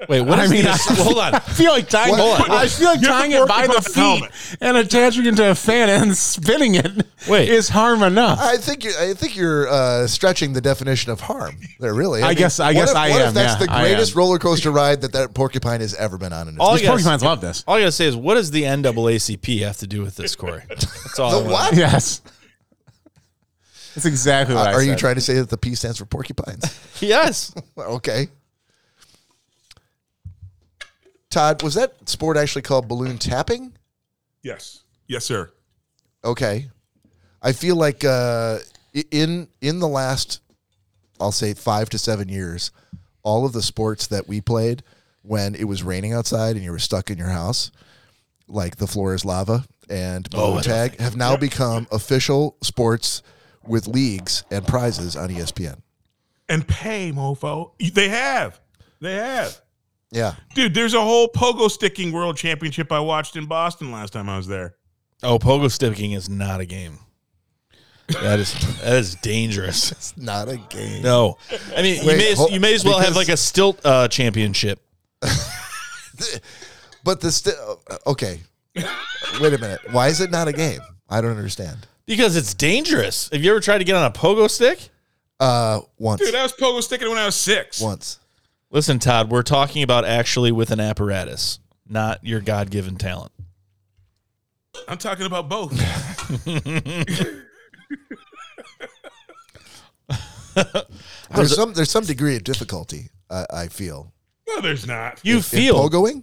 Wait, what
I
is
mean,
the-
I-
hold on.
I feel like tying.
What?
I feel like
Give the
tying it by the
porcupine a
feet
helmet.
and attaching it to a fan and spinning it.
Wait.
is harm enough?
I think you're. I think you're uh, stretching the definition of harm. There, really.
I guess- I
what
guess
if-
I
what If
am,
that's
yeah,
the
I
greatest
am.
roller coaster ride that that porcupine has ever been on. In its
All
life.
These
I gotta,
porcupines love this.
all I gotta say is, what does the NAACP have to do with this, Corey? That's all. I
The
wanna-
what?
Yes. That's exactly what I
Uh, are you
said.
trying to say that the P stands for porcupines?
Yes.
okay. Todd, was that sport actually called balloon tapping?
Yes. Yes, sir.
okay. I feel like uh, i- in in the last, I'll say five to seven years, all of the sports that we played when it was raining outside and you were stuck in your house, like the floor is lava and balloon tag, have now become official sports with leagues and E prizes on ESPN.
And pay, mofo. They have. They have.
Yeah.
Dude, there's a whole pogo sticking world championship I watched in Boston last time I was there.
Oh, pogo sticking is not a game. That is that is dangerous.
It's not a game.
No, I mean you
Wait,
may as,
hold-
you may as well have
because-
like a stilt uh, championship.
But the st- okay. Wait a minute. Why is it not a game? I don't understand.
Because it's dangerous. Have you ever tried to get on a pogo stick?
Uh, once,
Dude, I was pogo sticking when I was six.
once.
Listen, Todd, we're talking about actually with an apparatus, not your God given talent.
I'm talking about both.
There's some. There's some degree of difficulty. I, I feel.
no, there's not.
You
In
feel.
pogoing.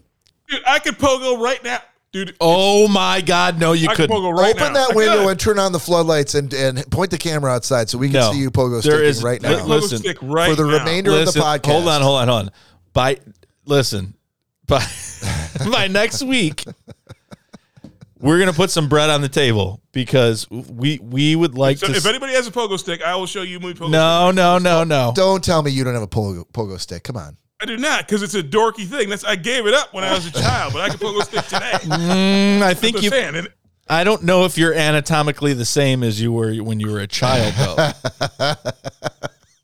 Dude, I could pogo right now. Dude,
oh my God, no, you
I could
couldn't.
pogo right
Open
now. I
that window
could.
and turn on the floodlights and, and point the camera outside so we can
No.
see you pogo
There
sticking
is-
right
li-
now.
li-
Pogo
listen,
stick right
for the
now.
remainder
Listen,
of the podcast.
Hold on, hold on, hold on. By listen, by by next week, we're gonna put some bread on the table because we we would like
So
to.
if
s-
anybody has a pogo stick, I will show you my pogo stick.
no, no, no, no.
Don't tell me you don't have a pogo, pogo stick. Come on.
I do not, because it's a dorky thing. That's I gave it up when I was a child, but I can pogo stick today.
Mm, I think
That's
you.
what I'm saying. And
I don't know if you're anatomically the same as you were when you were a child, though.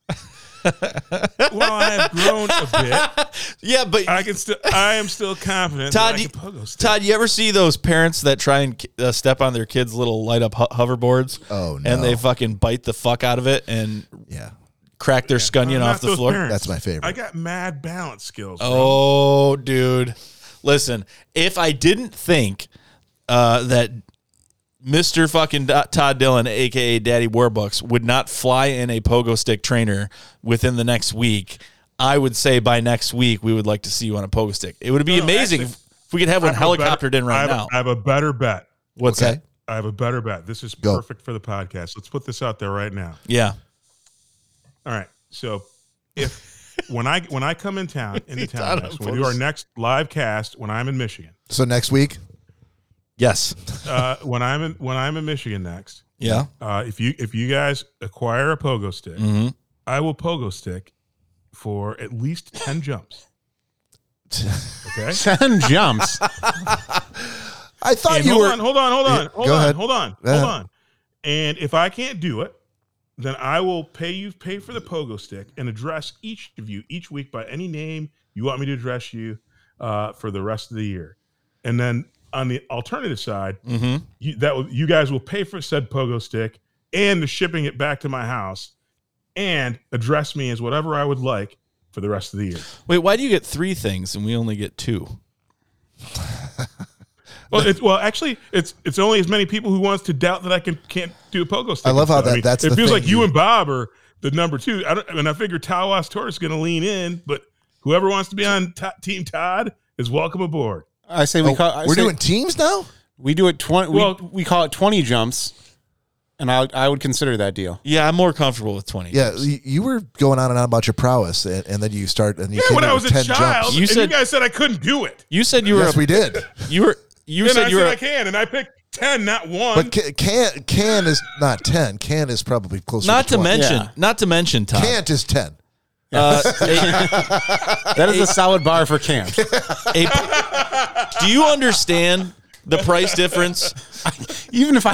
Well, I have grown a bit.
yeah, but
I can still. I am still confident.
Todd,
that I
you,
can pogo stick.
Todd, you ever see those parents that try and ki- uh, step on their kids' little light up ho- hoverboards?
Oh, no.
And they fucking bite the fuck out of it and
Yeah,
crack their scunion
I'm
off
not
the
those
floor.
parents.
that's my favorite.
I got mad balance skills. bro.
Oh, dude. Listen, if I didn't think uh, that Mr. fucking Do- Todd Dillon, aka Daddy Warbucks, would not fly in a pogo stick trainer within the next week, I would say by next week we would like to see you on a pogo stick. It would be
No, no,
amazing
actually,
if we could have
I
one
have a better-
helicoptered in right
I have,
now.
I have a better bet.
What's
Okay.
that?
I have a better bet. This is
Go.
perfect for the podcast. Let's put this out there right now.
Yeah.
All right. So if when I when I come in town into
thought
town,
of
when we do our next live cast when I'm in Michigan,
so next week,
Yes.
uh, when I'm in when I'm in Michigan next,
Yeah.
uh, if you if you guys acquire a pogo stick, I will pogo stick for at least ten jumps. Okay.
Ten jumps.
I thought
And
you
hold
were.
on, hold on, hold on,
Yeah,
hold
go
on,
ahead.
hold on,
Go
hold
ahead.
on. And if I can't do it, then I will pay you pay for the pogo stick and address each of you each week by any name you want me to address you uh, for the rest of the year. And then on the alternative side,
Mm-hmm.
you, that will, you guys will pay for said pogo stick and the shipping it back to my house and address me as whatever I would like for the rest of the year.
Wait, why do you get three things and we only get two?
Well, it's, well, actually, it's it's only as many people who wants to doubt that I can can't do a pogo stick.
I love how
instead.
that- that's
it
the
feels
thing
like you
you-
and Bob are the number two. I don't, and I figure Tawas Torres is going to lean in, but whoever wants to be on to Team Todd is welcome aboard.
I say we call. I
we're
say-
doing teams now.
Oh, We do it twenty.
Well-
we, we call it twenty jumps, and I I would consider that deal.
Yeah, I'm more comfortable with 20.
Yeah, you, you were going on and on about your prowess, and, and then you start and you
Yeah,
came
when
up
I was
with
a
10
child,
jumps.
You
and
said-
you guys said I couldn't do it.
You said you were
Yes,
a,
we did.
you were you
And
said
I
you
said
were
I can, and I picked ten, not one.
But ca- can can is not ten. Can is probably closer.
not to
20.
mention
Yeah.
not to mention Todd.
Can't is ten.
Uh, a-
That is a solid bar for camp.
a- do you understand the price difference?
even if I,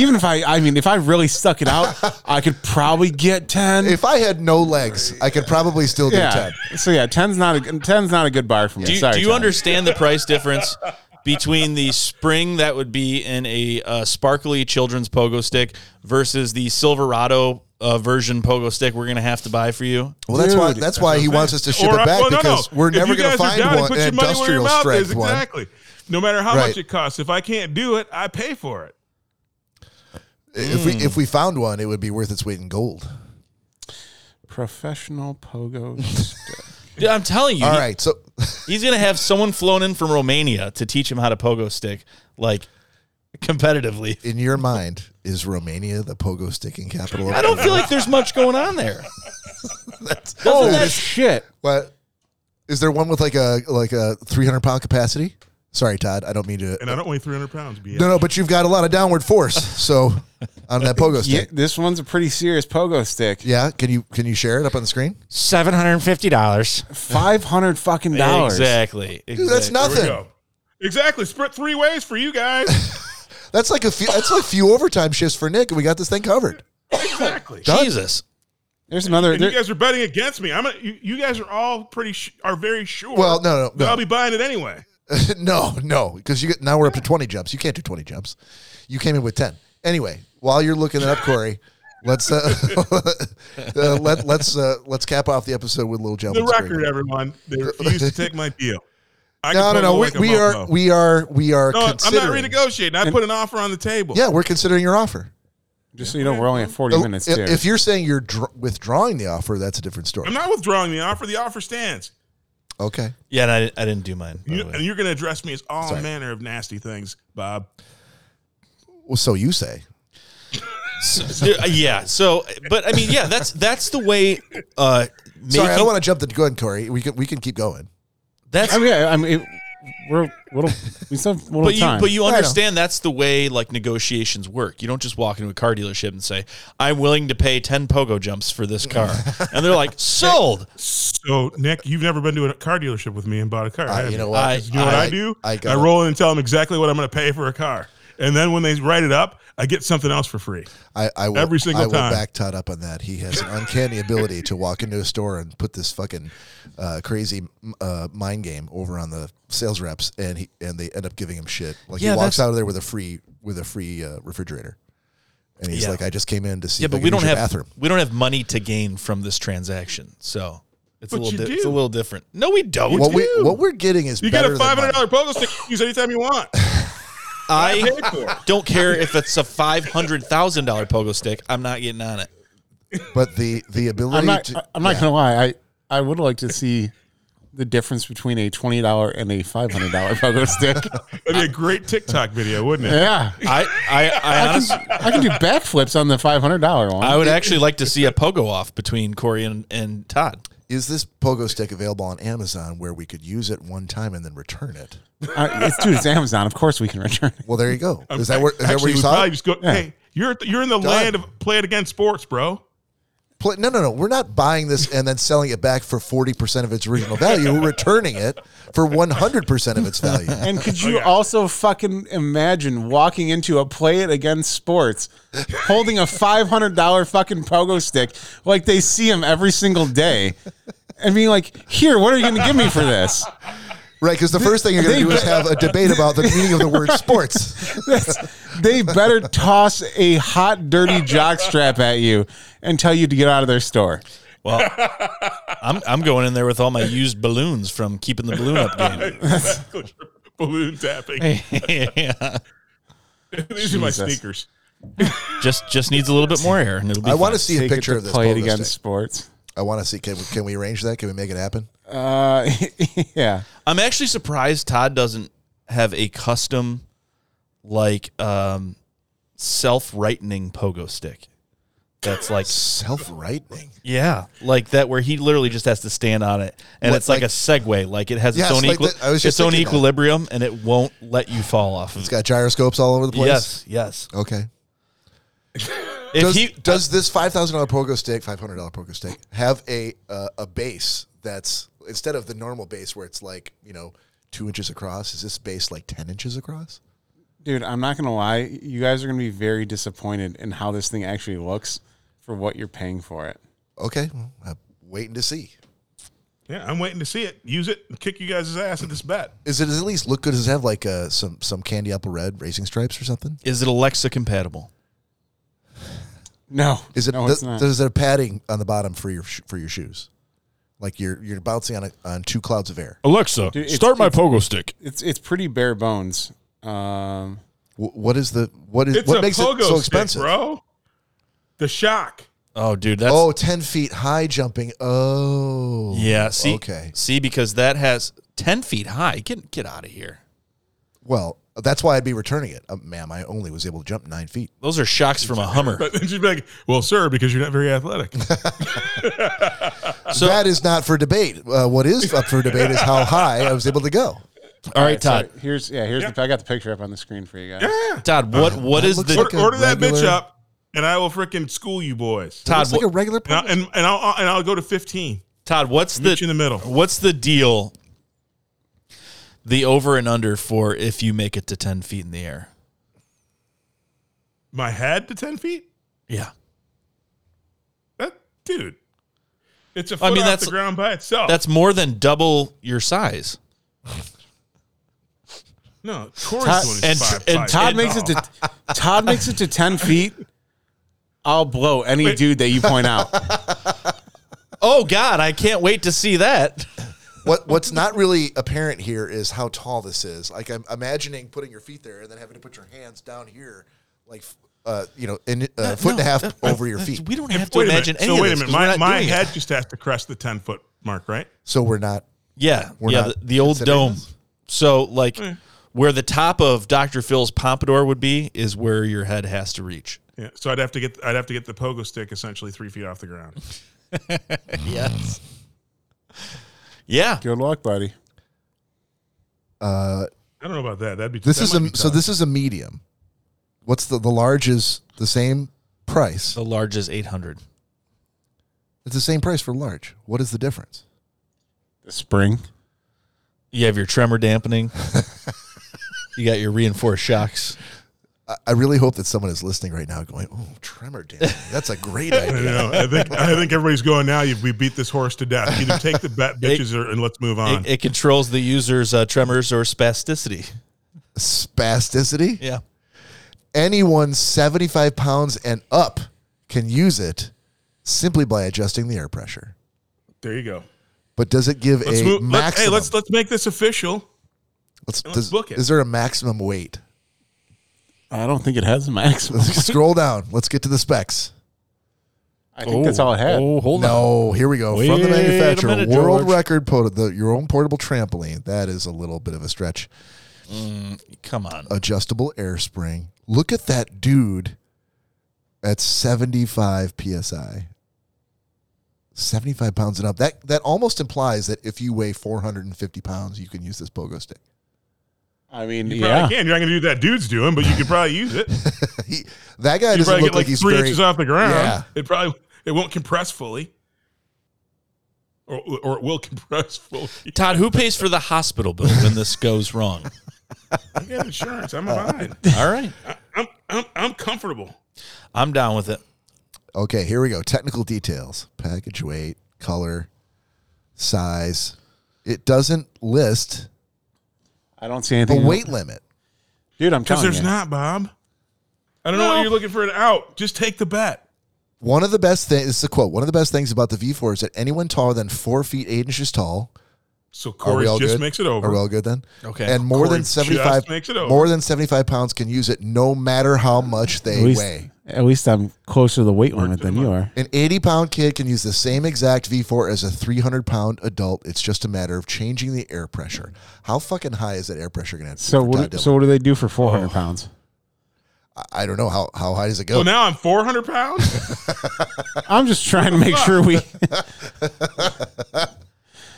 even if I, I mean, if I really stuck it out, I could probably get ten.
If I had no legs, I could probably still do
yeah.
ten.
So yeah, ten's not a ten's not a good bar for me.
Do you,
Sorry,
do you
Tom.
understand the price difference between the spring that would be in a uh, sparkly children's pogo stick versus the Silverado uh, version pogo stick we're gonna have to buy for you?
Well, that's why
Dude.
that's why he wants us to ship it
I-
back
well, no, no.
because we're
If you
never going to
guys are
find
down,
one
put
an
your money where your
industrial
mouth
strength
is,
one.
Exactly. No matter how
Right.
much it costs, if I can't do it, I pay for it.
If
Hmm.
we if we found one, it would be worth its weight in gold.
professional pogo? stick.
Dude, I'm telling you,
All
he-
right, so
he's gonna have someone flown in from Romania to teach him how to pogo stick like competitively.
in your mind, is Romania the pogo sticking capital? Of
I don't feel like there's much going on there.
oh shit!
What is there one with like a like a three hundred pound capacity? Sorry, Todd. I don't mean to.
And I don't weigh 300 pounds. BS.
No, no, but you've got a lot of downward force. So on that pogo
Yeah,
stick.
this one's a pretty serious pogo stick.
Yeah, can you can you share it up on the screen?
Seven hundred and fifty dollars.
Five hundred fucking dollars.
Exactly.
Dude, that's
There we
nothing.
go. Exactly. Split three ways for you guys.
That's like a few. That's like few overtime shifts for Nick, and we got this thing covered.
exactly.
Jesus.
There's another.
And you
There,
guys are betting against me. I'm gonna, you, you guys are all pretty sh- are very sure.
Well, no, no,
that
no.
I'll be buying it anyway.
no, no, because you get now we're up to twenty jumps. You can't do twenty jumps. You came in with ten. Anyway, while you're looking it up, Corey, let's uh, uh, let let's uh, let's cap off the episode with a little jump.
The
and scream.
record, everyone. They refuse to take my deal. I
No,
can
no,
pose
no. We,
like
we
a
are
mofo.
we are we are
No, I'm not
considering.
renegotiating. I put an offer on the table.
yeah, we're considering your offer.
just so you know, we're only at forty minutes
Oh, if,
too.
if you're saying you're dr- withdrawing the offer, that's a different story.
I'm not withdrawing the offer. The offer stands.
okay.
Yeah, and I, I didn't do mine. by
You,
the way.
and you're going to address me as all
Sorry.
manner of nasty things, Bob.
Well, so you say.
So- there- uh, yeah. So, but I mean, yeah, that's that's the way. Uh, making,
Sorry, I don't want to jump the gun, Corey. We can we can keep going.
That's
I mean, yeah, I mean, it, we're little. We still have a little
but you
time.
but you
I know.
understand that's the way like negotiations work. You don't just walk into a car dealership and say, "I'm willing to pay ten pogo jumps for this car," and they're like, "Sold."
So, Nick, you've never been to a car dealership with me and bought a car. have
you know what?
I,
You know what I,
I-
do?
I
I,
got it.
roll in and tell them exactly what I'm going to pay for a car. And then when they write it up, I get something else for free.
I, I will,
Every single
I will
time.
back Todd up on that. He has an uncanny ability to walk into a store and put this fucking uh, crazy uh, mind game over on the sales reps, and he and they end up giving him shit. Like
Yeah,
he walks
that's-
out of there with a free with a free uh, refrigerator, and he's
Yeah.
like, "I just came in to see."
yeah,
if I
but
could
we
use
don't
your
have
bathroom.
we don't have money to gain from this transaction, so it's
But
a little
you
di- it's a
do.
little different. No, we don't.
What we what we're getting is
You get
better
a
than money.
$500 pogo stick you use anytime you want.
I don't care if it's a five hundred thousand dollar pogo stick. I'm not getting on it.
but the the ability
I'm not.
to,
I'm not gonna lie. I I would like to see the difference between a twenty dollar and a five hundred dollar pogo stick.
That'd be a great TikTok video, wouldn't it?
Yeah,
I I, I honestly.
I can do backflips on the five hundred dollar one.
I would actually like to see a pogo off between Corey and, and Todd.
is this pogo stick available on Amazon where we could use it one time and then return it?
I- it's, dude, it's Amazon. Of course, we can return. it.
Well, there you go. Is that where is that where
Actually,
you
we
saw?
probably
It?
just go, hey, you're, you're in the land of play it against sports, bro.
Pla- No, no, no. We're not buying this and then selling it back for forty percent of its original value. We're returning it for one hundred percent of its value.
And could you also fucking imagine walking into a play it against sports, holding a five hundred dollar fucking pogo stick like they see him every single day, and being like, "Here, what are you gonna give me for this?"
Right? Because the first thing you're going to do is have a debate about the meaning of the word sports.
They better toss a hot, dirty jockstrap at you and tell you to get out of their store.
Well, I'm I'm going in there with all my used balloons from keeping the balloon up game.
Balloon tapping.
yeah.
These are my
Jesus.
sneakers.
Just just needs a little bit more air, and it'll be.
I want to
fine.
see a
Take it
picture
to
of this
play it
pogo
against
stick.
sports.
I want to see. Can we, can we arrange that? Can we make it happen?
Uh, yeah.
I'm actually surprised Todd doesn't have a custom, like, um, self-rightening pogo stick. That's like,
Self rightening.
yeah, like that where he literally just has to stand on it, and
What,
it's like,
like-
a Segway, like it has
Yes,
its own
like
equi-
that- I was just
its own
thinking that.
equilibrium, and it won't let you fall off of
It's got gyroscopes all over the place.
Yes, yes.
Okay.
If
does,
he
does this five thousand dollar pogo stick, five hundred dollar pogo stick, have a uh, a base that's instead of the normal base where it's like you know two inches across? Is this base like ten inches across?
Dude, I'm not gonna lie. You guys are gonna be very disappointed in how this thing actually looks for what you're paying for it.
Okay, well, I'm waiting to see.
Yeah, I'm waiting to see it. Use it and kick you guys' ass at this bet.
Is it does it at least look good? Does it have like uh, some some candy apple red racing stripes or something?
is it Alexa compatible?
No,
Is it?
No,
th-
it's not.
Does there padding on the bottom for your sh- for your shoes? Like you're you're bouncing on a, on two clouds of air.
Alexa,
Dude, it's- start my it's-
pogo stick.
It's it's pretty bare bones. Um,
Wh- What is the what is
It's
what
a
makes it
pogo
so
stick,
expensive?
bro. The shock.
Oh, dude, that's
oh, 10 feet high jumping. Oh,
yeah. See,
okay.
see, because that has ten feet high. Get get out of here.
Well, that's why I'd be returning it, uh, ma'am. I only was able to jump nine feet.
Those are shocks from a Hummer.
But then she'd be like, well, sir, because you're not very athletic.
So
that is not for debate. Uh, what is up for debate is how high I was able to go.
All right, Todd.
Sorry, here's yeah. Here's
Yeah.
the. I got the picture up on the screen for you guys.
Yeah.
Todd, what what is the
Uh, Like
Order,
a
order that bitch
regular-
up, and I will freaking school you boys.
Todd?
It's like
what-
a regular.
And, I, and, and I'll and I'll go to fifteen.
Todd, what's the
Meet you in the middle.
What's the deal? The over and under for if you make it to ten feet in the air.
My head to ten feet.
Yeah,
That dude. It's a foot
I mean,
off
that's-
the ground by itself.
that's more than double your size.
no. Corey's
Todd-
doing
and-
and, five,
and
five,
Todd makes it to Todd makes it to ten feet. I'll blow any dude that you point out.
Oh God, I can't wait to see that.
What What's not really apparent here is how tall this is. Like I'm imagining putting your feet there and then having to put your hands down here, like uh, you know, in, uh, foot and a half over your feet.
We don't have to
Wait a
imagine
minute.
any of
So wait a
this
minute.
'cause we're
My,
not
my
doing it.
head just has to crest the ten foot mark, right?
so we're not.
Yeah,
We're
yeah,
not
the, the old
considering
dome.
this.
So like
Hmm.
where the top of Dr. Phil's pompadour would be is where your head has to reach.
Yeah. So I'd have to get I'd have to get the pogo stick essentially three feet off the ground.
Yes. Yeah.
Good luck, buddy.
Uh,
I don't know about that. That'd be
this
that
is
might be
a so
tough.
this is a medium. What's the the large is the same price.
The large is 800.
It's the same price for large. What is the difference?
The spring.
You have your tremor dampening. you got your reinforced shocks.
I, I really hope that someone is listening right now, going, "Oh, tremor damage. That's a great
I
idea."
know. I think I think everybody's going now. You, we beat this horse to death. Either take the bet, bitches, or, and let's move on.
It, it controls the user's uh, tremors or spasticity.
Spasticity.
Yeah.
anyone 75 pounds and up can use it simply by adjusting the air pressure.
there you go.
But does it give
Let's
a
move.
maximum?
Let's, hey, let's let's make this official.
let's-
let's
does-
book it.
Is there a maximum weight?
I don't think it has a maximum.
Let's scroll down. Let's get to the specs.
I think that's all it had.
Oh, hold
No, here we go. From
Wait
the
a
manufacturer,
minute,
world
George.
record, po- the, your own portable trampoline. That is a little bit of a stretch.
Mm, Come on.
Adjustable air spring. Look at that dude at 75 psi. 75 pounds and up. That that almost implies that if you weigh 450 pounds, you can use this pogo stick.
I mean,
You
yeah.
probably can. You're not going to do that dude's doing, but you could probably use it. You
He, that guy doesn't
probably
look
get
like
like
he's
three
very.
inches off the ground.
Yeah.
It probably it won't compress fully, or or it will compress fully.
Todd, who pays for the hospital bill when this goes wrong?
I got insurance. I'm fine.
All right.
I'm I'm I'm comfortable.
I'm down with it.
Okay, here we go. Technical details: package weight, color, size. It doesn't list
I don't see
a
anything.
weight limit.
dude. I'm
Because
telling
there's
you.
not, Bob. I don't know why you're looking for an out. Just take the bet.
One of the best things is the quote. One of the best things about the V4 is that anyone taller than four feet eight inches tall.
So
Are we
Corey
all
just
good?
makes it over.
Are we all good then?
Okay.
And more
Corey
than
just
seventy five
makes it over.
more than seventy five pounds can use it, no matter how much they
At least,
weigh.
at least I'm closer to the weight limit than you are.
An 80 pound kid can use the same exact V4 as a 300 pound adult. It's just a matter of changing the air pressure. How fucking high is that air pressure going to be?
So
for Todd
what?
Dillon?
So what do they do
Oh.
for 400 pounds?
I- I don't know. How, how high does it go?
Well, now I'm 400 pounds.
I'm just trying to make sure we.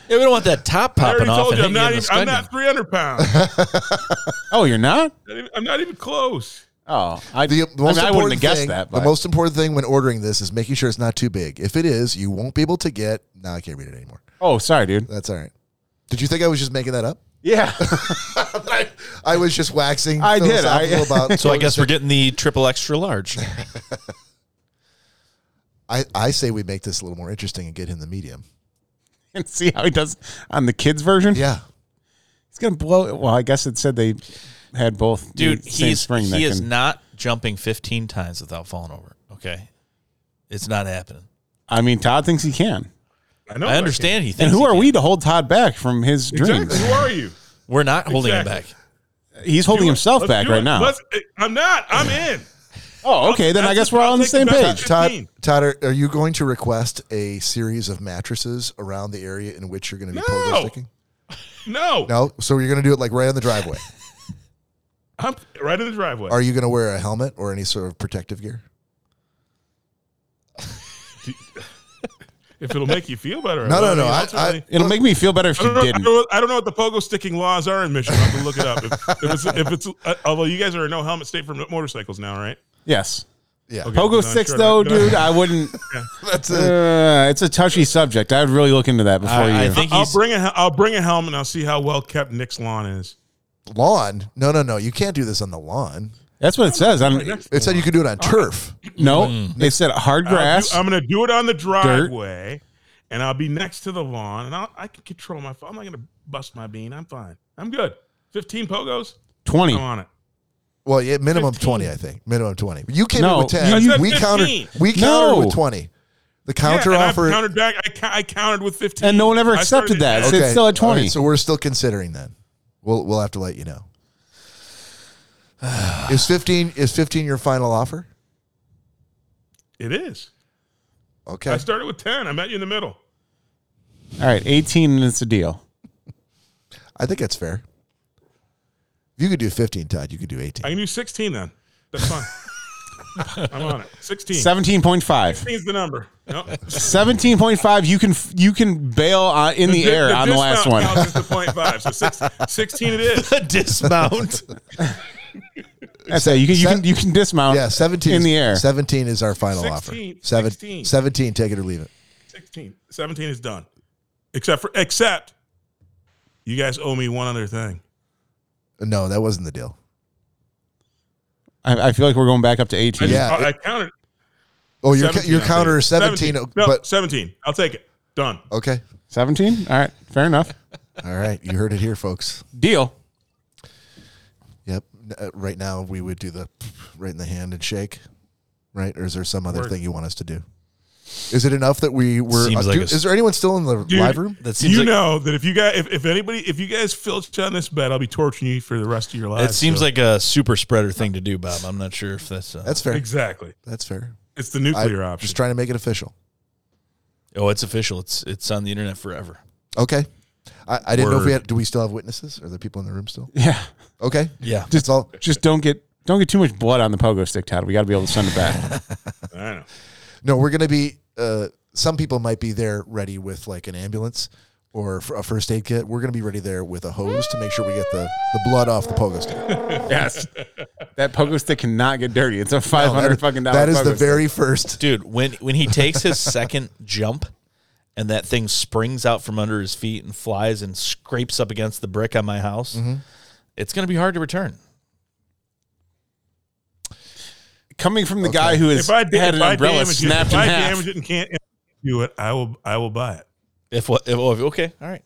Yeah, we don't want that top
I already
popping off
told
and
you I'm
hitting you
not.
in the
Even,
stomach.
I'm not 300 pounds. Not
Oh, you're not.
even- I'm not even close.
Oh, I,
the, the most
I, mean, I
important
wouldn't have guessed
thing,
that.
The
but-
most important thing when ordering this is making sure it's not too big. If it is, you won't be able to get. Nah, I can't read it anymore.
oh, sorry, dude.
That's all right. Did you think I was just making that up?
Yeah,
I, I was just waxing.
I did. I-
philosophical about
So I guess we're getting the triple extra large.
I, I say we make this a little more interesting and get him the medium.
and see how he does on the kids version.
Yeah.
It's gonna blow. Well, I guess it said they had both.
Dude,
the same
he's
spring that
he is
can-
not jumping 15 times without falling over. Okay. It's not happening.
I mean, Todd thinks he can.
I know.
I understand he thinks
And who
he
are
can.
we to hold Todd back from his
Exactly.
dreams?
Who are you?
We're not holding him
Exactly.
back.
He's holding himself
Let's
back
do
right
it.
now.
Let's- eh, I'm not. I'm in.
oh, okay. Then I
That's
guess
the-
we're all
I'll
on the
take
same
the best.
page.
Todd,
15.
Todd, are, are you going to request a series of mattresses around the area in which you're going to be pogo
No.
sticking?
No.
No. So you're going to do it like right on the driveway.
I'm right in the driveway.
Are you going to wear a helmet or any sort of protective gear?
if it'll make you feel better.
No, no, no. I-
ultimately-
I-
It'll make me feel better if
I
you
don't, know, I, don't
didn't.
know, I don't know what the pogo sticking laws are in Michigan. I have to look it up. If, if it's, if it's uh, although you guys are a no helmet state for motorcycles now, right?
Yes.
Yeah.
Okay.
Pogo
No,
six
sure, uh,
though,
no.
dude. I wouldn't.
That's it.
Uh, it's a touchy subject. I'd really look into that before you.
I, I think
I'll
he's
bring a hel- I'll bring a helmet. and I'll see how well kept Nick's lawn is.
Lawn. No, no, no. You can't do this on the lawn.
That's what it says. I don't,
It said you could do it
Oh.
on turf.
no, it said hard
I'll do-
grass.
I'm going to do it on the driveway, and I'll be next to the lawn, and I'll, I can control my. I'm not going to bust my bean. I'm fine. I'm good. Fifteen pogos.
Twenty.
I'm on it.
Well, yeah, minimum
15.
twenty, I think. Minimum twenty. You came
No,
in with
you-
ten.
I said
we countered.
15.
We countered
No.
with twenty. The
Yeah,
counter
and I've
offer.
countered back. I, ca- I countered with fifteen,
And no one ever
I started
accepted that.
at-
It's still at
All right,
20.
so we're still considering then. We'll we'll have to let you know. is fifteen is fifteen your final offer?
It is.
Okay.
I started with ten. I met you in the middle.
All right, eighteen, and it's a deal.
I think that's fair. If you could do fifteen, Todd, you could do eighteen.
I can do sixteen then. That's fine. I'm on it. Sixteen.
Seventeen point five.
16 is the number. Nope. The
Seventeen point five. You can you can bail on, in the,
di-
air on the last
dismount
one.
counts as the point five. So six, 16 it is.
a dismount.
That's it. You can you
Se-
can you can dismount.
yeah, seventeen
in
is-
the air.
Seventeen is our final offer.
16,
Seven,
16.
17, Take it or leave it.
16. 17 is done. Except for except you guys owe me one other thing.
No, that wasn't the deal.
I, I feel like we're going back up to
I
eighteen.
just-
Yeah.
I, I counted
Oh, your
17,
your
I'll
counter
take
is
it.
seventeen. uh,
No,
But
17. I'll take it. Done.
okay.
Seventeen. All right, fair enough.
All right, you heard it here, folks.
Deal.
Yep. Uh, right now, we would do the right in the hand and shake, right? Or is there some other
Word.
thing you want us to do? Is it enough that we were?
Seems
uh,
like
do-
a s-
is there anyone still in the
Dude.
live room?
That seems
You
like
know that if you guys if, if anybody if you guys filch on this bed, I'll be torturing you for the rest of your life.
it seems like a super spreader thing to do, Bob. I'm not sure if that's. Uh,
That's fair.
exactly.
That's fair.
It's the
I'm
nuclear option.
Just trying to make it official.
oh, it's official. It's it's on the internet forever.
Okay. I, I didn't know if we
Word.
had. Do we still have witnesses? Are there people in the room still?
Yeah.
Okay.
Yeah.
That's all.
Just don't get don't get too much blood on the pogo stick, Todd. We got to be able to send it back.
I know.
No, we're gonna be. Uh, some people might be there ready with like an ambulance or f- a first aid kit. We're gonna be ready there with a hose to make sure we get the, the blood off the pogo stick.
yes. That pogo stick cannot get dirty. It's a five
No, Oh, that
hundred
is-
fucking dollar.
That is
pogo
the
stick.
very first.
Dude, when when he takes his second jump and that thing springs out from under his feet and flies and scrapes up against the brick on my house,
Mm-hmm.
it's going to be hard to return.
coming from the guy who has
If I, da-
had
if
an
I
umbrella
damage
snapped
it, if
in
I
half.
damage it and can't do it, I will I will buy it.
If what? If, oh, okay, all right.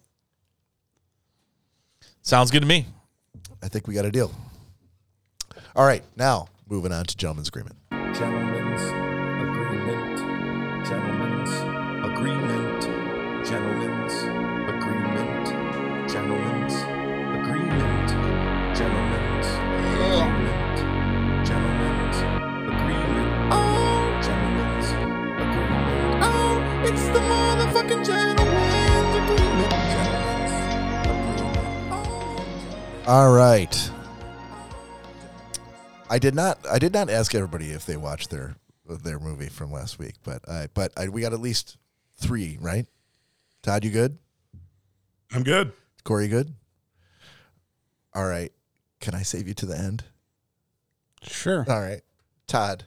Sounds good to me.
I think we got a deal. All right, now moving on to gentleman's agreement.
Gentlemen's agreement. Gentlemen's agreement. Gentlemen's agreement. Gentlemen's agreement. Gentlemen's agreement. Gentlemen's agreement. Oh, gentlemen's agreement. Oh, it's the motherfucking gentlemen's agreement. Gentlemen's agreement. Oh,
All right. I did not. I did not ask everybody if they watched their their movie from last week, but I but I, we got at least three right. Todd, you good?
I'm good.
Corey, good. All right. Can I save you to the end?
Sure.
All right, Todd.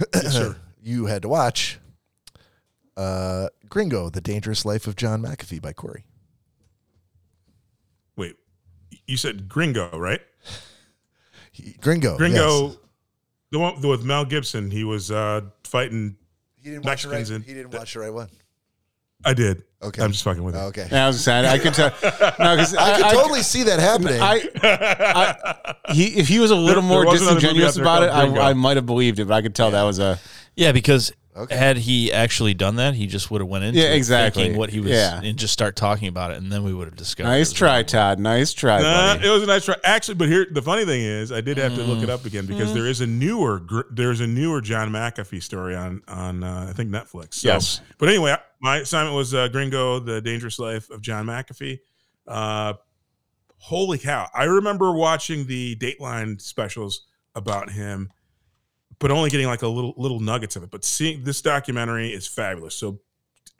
you had to watch uh, Gringo: The Dangerous Life of John McAfee by Corey.
Wait, you said Gringo, right?
He- Gringo.
Gringo,
yes.
the one with Mel Gibson. He was uh, fighting.
He didn't watch
watch
the
the right-
right.
Mexicans in-
He didn't watch the right one.
I did.
Okay.
I'm just fucking with it.
Okay.
Yeah, I was excited. I could tell. No, because
I could totally see that happening.
I, I- he, if he was a little
there
more
was another movie
disingenuous
out there
about it,
called Gringo.
I, I might have believed it, but I could tell that was a
Yeah, because
Okay.
had he actually done that, he just would have went into
Yeah,
it
exactly.
thinking what he was
Yeah.
and just start talking about it, and then we would have discovered.
nice
it.
try, Todd. Nice try,
Nah,
buddy.
it was a nice try, actually. But here, the funny thing is, I did have to look it up again because there is a newer, gr- there's a newer John McAfee story on on uh, I think Netflix. So-
Yes.
But anyway, I- my assignment was uh, Gringo: The Dangerous Life of John McAfee. Uh, holy cow! I remember watching the Dateline specials about him, but only getting like a little little nuggets of it. But seeing this documentary is fabulous. So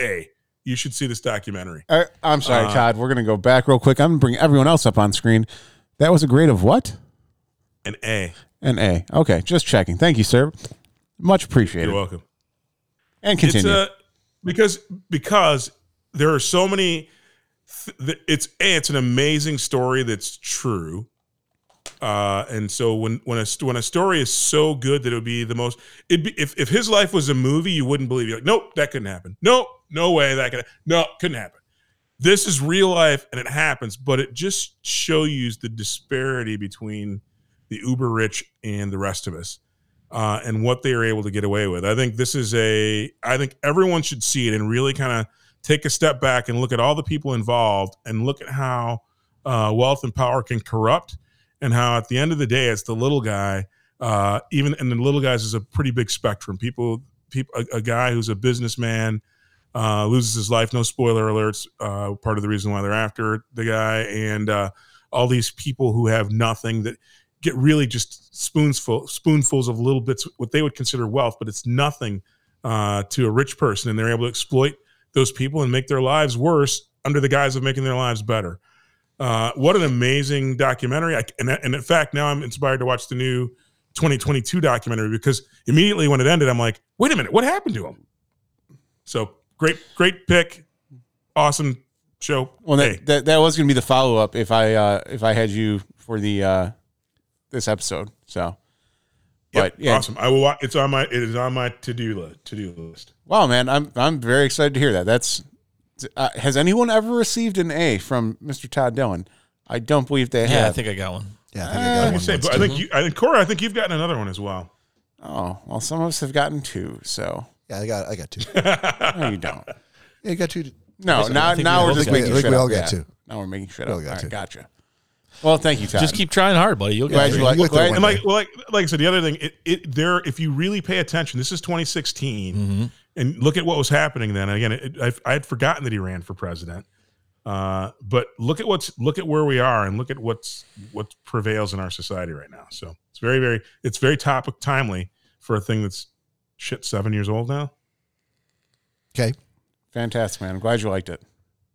A. You should see this documentary.
I, Er, I'm sorry,
Uh,
Todd. We're gonna go back real quick. I'm gonna bring everyone else up on screen. That was a grade of what?
An A.
An A. Okay, just checking. Thank you, sir. Much
You're
appreciated.
welcome.
and continue.
It's uh, a, because because there are so many. Th- th- it's a it's an amazing story that's true. Uh, and so when when a st- when a story is so good that it would be the most it'd be if, if his life was a movie you wouldn't believe you're like nope that couldn't happen nope no way that could no couldn't happen this is real life and it happens but it just shows you the disparity between the uber rich and the rest of us uh, and what they are able to get away with. I think this is a. I think everyone should see it and really kind of take a step back and look at all the people involved and look at how uh, wealth and power can corrupt, and how at the end of the day, it's the little guy. Uh, even and the little guys is a pretty big spectrum. People, people, a, a guy who's a businessman uh, loses his life. No spoiler alerts. Uh, part of the reason why they're after the guy and uh, all these people who have nothing that get really just spoonful spoonfuls of little bits what they would consider wealth, but it's nothing uh, to a rich person, and they're able to exploit those people and make their lives worse under the guise of making their lives better. Uh, what an amazing documentary! I, and, and in fact, now I'm inspired to watch the new 2022 documentary because immediately when it ended, I'm like, wait a minute, what happened to him? So great, great pick, awesome show.
well, that,
Hey,
that, that was gonna be the follow up if I uh, if I had you for the uh, this episode. So,
yep,
but yeah,
awesome. I will. wa- It's on my. It is on my to do list. To do list.
wow, man, I'm I'm very excited to hear that. That's uh, has anyone ever received an A from Mr. Todd Dillon? I don't believe they
Yeah, I
have.
think I got one.
Yeah, I think I got
I
one.
can say,
once,
but I
too.
think you, I think Cora, I think you've gotten another one as well.
oh, well, some of us have gotten two. So
yeah, I got I got two.
no, you don't.
Yeah, I got two.
No,
I
now
think
now
we
we're
all
just
got- I
making
think
shit
we
up.
all got
yeah.
two.
Now we're making shit
We
up.
all got
All right,
two.
gotcha. Well, thank you, Todd.
Just keep trying hard, buddy. You'll get
glad you
there.
like.
Look,
Glad,
they're
And like, well, like, like I said, the other thing, it, it there, if you really pay attention, this is 2016, and look at what was happening then. And again, it, I, I had forgotten that he ran for president, uh, but look at what's look at where we are, and look at what's what prevails in our society right now. So it's very, very, it's very topic timely for a thing that's shit seven years old now.
Okay,
fantastic, man. I'm glad you liked it.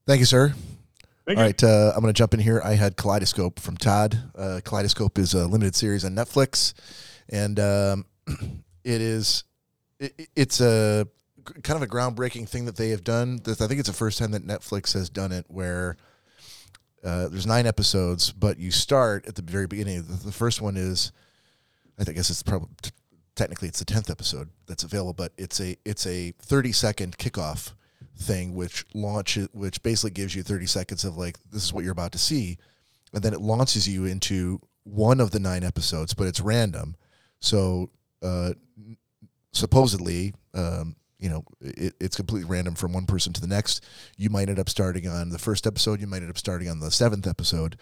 thank you, sir.
Thank
All
you.
right, uh, I'm going to jump in here. I had Kaleidoscope from Todd. Uh, Kaleidoscope is a limited series on Netflix, and um, it is it, it's a g- kind of a groundbreaking thing that they have done. This- I think it's the first time that Netflix has done it, where uh, there's nine episodes, but you start at the very beginning. The, the first one is, I think- I guess it's probably t- technically it's the tenth episode that's available, but it's a it's a 30 second kickoff thing, which launches, which basically gives you 30 seconds of like this is what you're about to see, and then it launches you into one of the nine episodes, but it's random. So uh, supposedly, um, you know, it, it's completely random from one person to the next. You might end up starting on the first episode. You might end up starting on the seventh episode,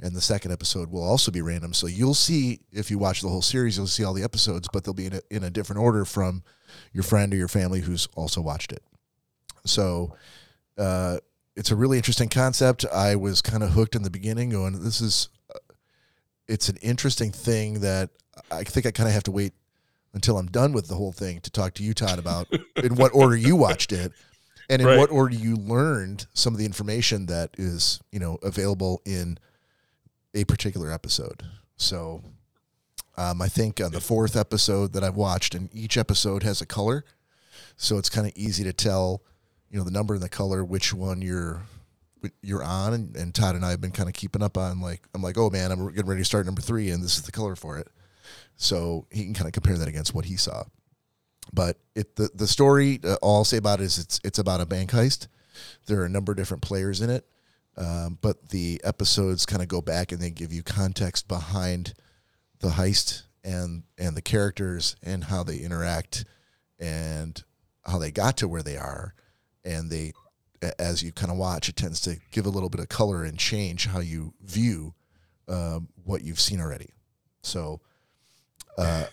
and the second episode will also be random. So you'll see if you watch the whole series, you'll see all the episodes, but they'll be in a, in a different order from your friend or your family who's also watched it. So uh, it's a really interesting concept. I was kind of hooked in the beginning, going, "This is." uh, It's an interesting thing that I think I kind of have to wait until I'm done with the whole thing to talk to you, Todd, about in what order you watched it and in
Right.
what order you learned some of the information that is, you know, available in a particular episode. So um, I think on the fourth episode that I've watched, and each episode has a color. So it's kind of easy to tell, you know, the number and the color, which one you're wh- you're on and, and Todd and I have been kind of keeping up on like I'm like oh man I'm getting ready to start number three and this is the color for it so he can kind of compare that against what he saw. But it the the story uh, all I'll say about it is it's it's about a bank heist. There are a number of different players in it, um, but the episodes kind of go back and they give you context behind the heist and and the characters and how they interact and how they got to where they are and they a- as you kind of watch it tends to give a little bit of color and change how you view um, what you've seen already so uh,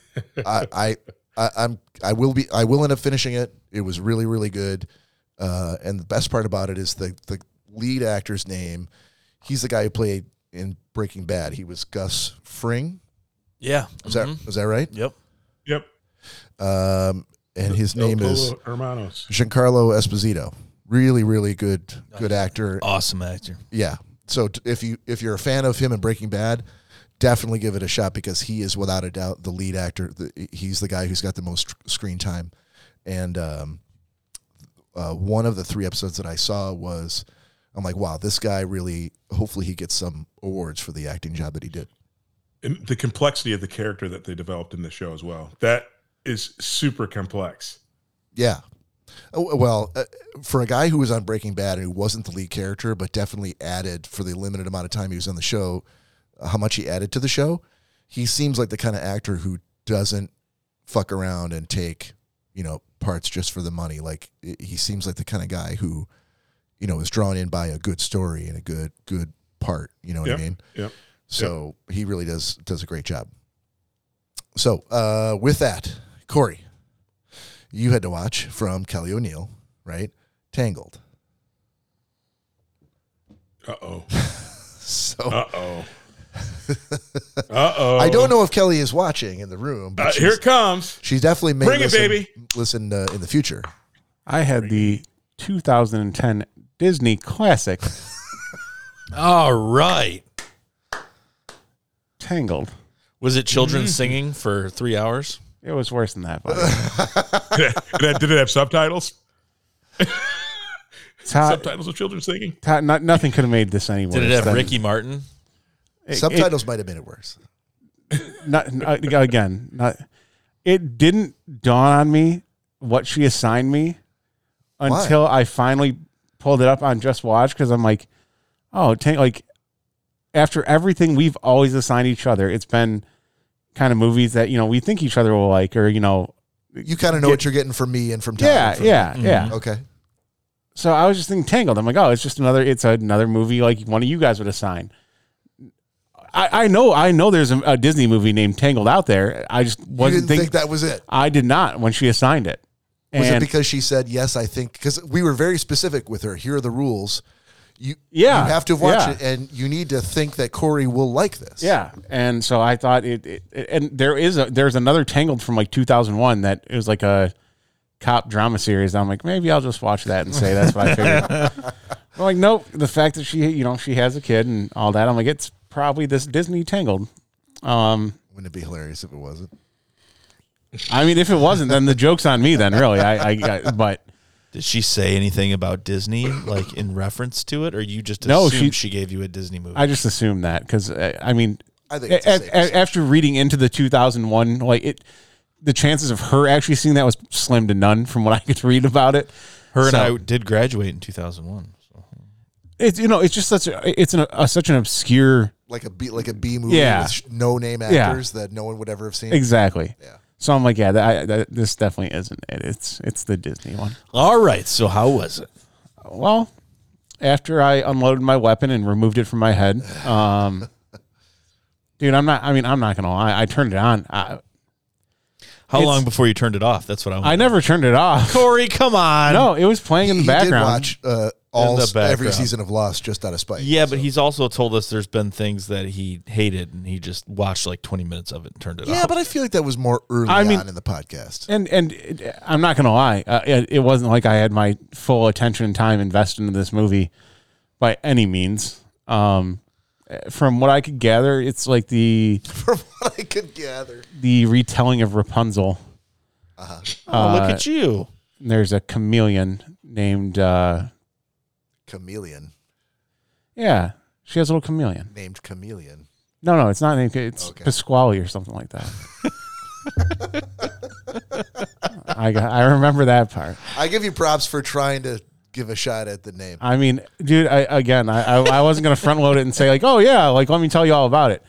I, I, I, I'm, I will be, I will end up finishing it. It was really, really good. Uh, and the best part about it is the the lead actor's name. He's the guy who played in Breaking Bad. He was Gus Fring.
Yeah.
Is
Mhm.
that is that right?
Yep.
Yep.
Um, and his name
El
is
Pollo Hermanos.
Giancarlo Esposito. Really, really good, good actor.
Awesome actor.
Yeah. So t- if you if you're a fan of him and Breaking Bad, definitely give it a shot because he is without a doubt the lead actor. The, he's the guy who's got the most screen time, and um, uh, one of the three episodes that I saw was, I'm like, wow, this guy really. Hopefully, he gets some awards for the acting job that he did.
And the complexity of the character that they developed in the show as well. That is super complex.
Yeah. Oh, Well, uh, for a guy who was on Breaking Bad and who wasn't the lead character, but definitely added for the limited amount of time he was on the show, uh, how much he added to the show, he seems like the kind of actor who doesn't fuck around and take, you know, parts just for the money. Like i- he seems like the kind of guy who, you know, is drawn in by a good story and a good good part. You know what
Yeah,
I mean?
yeah,
So he really does does a great job. So uh, with that, Corey you had to watch from Kelly O'Neill, right? Tangled.
Uh oh.
So
Uh oh. Uh oh.
I don't know if Kelly is watching in the room, but
Uh,
she's,
here it comes.
she's definitely may
Bring it,
listen,
baby.
listen uh, in the future.
I had the 2010 Disney classic
All right.
Tangled.
Was it
Mm-hmm.
children singing for three hours?
It was worse than that. buddy.
did, it, did it have subtitles?
Todd,
subtitles of children singing?
Todd, not, nothing could have made this any worse.
Did it have
than-
Ricky Martin?
it- it-
Subtitles might have made it worse.
not uh, again. Not, it didn't dawn on me what she assigned me until I finally pulled it up on Just Watch because I'm like, oh, Tang- like after everything we've always assigned each other, it's been kind of movies that you know we think each other will like, or you know,
You kind of know
Get-
what you're getting from me and from Tom.
yeah,
from-
yeah, yeah.
Okay.
So I was just thinking Tangled. I'm like, oh, it's just another, it's another movie like one of you guys would assign. I, I know, I know. There's a, a Disney movie named Tangled out there. I just
You didn't
wasn't
think,
thinking.
that was it?
I did not when she assigned it.
Was
And-
it because she said yes? I think because we were very specific with her. Here are the rules. You
Yeah,
you have to watch
yeah.
it, and you need to think that Corey will like this.
Yeah, and so I thought it, it, it- And there is a there's another Tangled from like 2001 that it was like a cop drama series. I'm like, maybe I'll just watch that and say that's what I figured. I'm like, nope. The fact that she, you know, she has a kid and all that. I'm like, it's probably this Disney Tangled. Um,
Wouldn't it be hilarious if it wasn't?
I mean, if it wasn't, then the joke's on me. Then really, I, I, I but
Did she say anything about Disney, like in reference to it, or you just
No,
assumed
she-
she, gave you a Disney movie?
I just assumed that because I, I mean,
I think it's a
a,
safe
a- after reading into the 2001, like it, the chances of her actually seeing that was slim to none from what I could read about it.
Her and
So-
I did graduate in 2001. So.
It's you know, it's just such a, it's an, a, such an obscure
Like a B, like a B movie
Yeah.
with sh- no name actors that no one would ever have seen.
exactly.
Yeah.
So I'm like, yeah, that, I, that, this definitely isn't it. It's it's the Disney one.
All right. So how was it?
Well, after I unloaded my weapon and removed it from my head, um, dude, I'm not. I mean, I'm not gonna lie. I turned it on. I,
How
It's-
long before you turned it off? That's what I.
I
Want.
never turned it off.
Corey, come on.
No, it was playing in the
he
background.
did watch uh, all
the
s- every
background.
season of Lost just out of spite.
Yeah, but he's also told us there's been things that he hated, and he just watched like 20 minutes of it and turned it
yeah,
off.
but I feel like that was more early
I mean-
on in the podcast.
And and it, I'm not gonna lie, uh, it, it wasn't like I had my full attention and time invested into this movie by any means. Um, uh, from what I could gather, it's like the
From what I could gather,
the retelling of Rapunzel.
oh, look at you.
There's a chameleon named uh,
chameleon
yeah, she has a little chameleon.
named Chameleon.
No, no, it's not named. It's
Okay.
Pasquale or something like that. I got, I remember that part.
I give you props for trying to give a shot at the name.
I mean, dude, I, again, I, I, I wasn't going to front load it and say, like, oh, yeah, like, let me tell you all about it.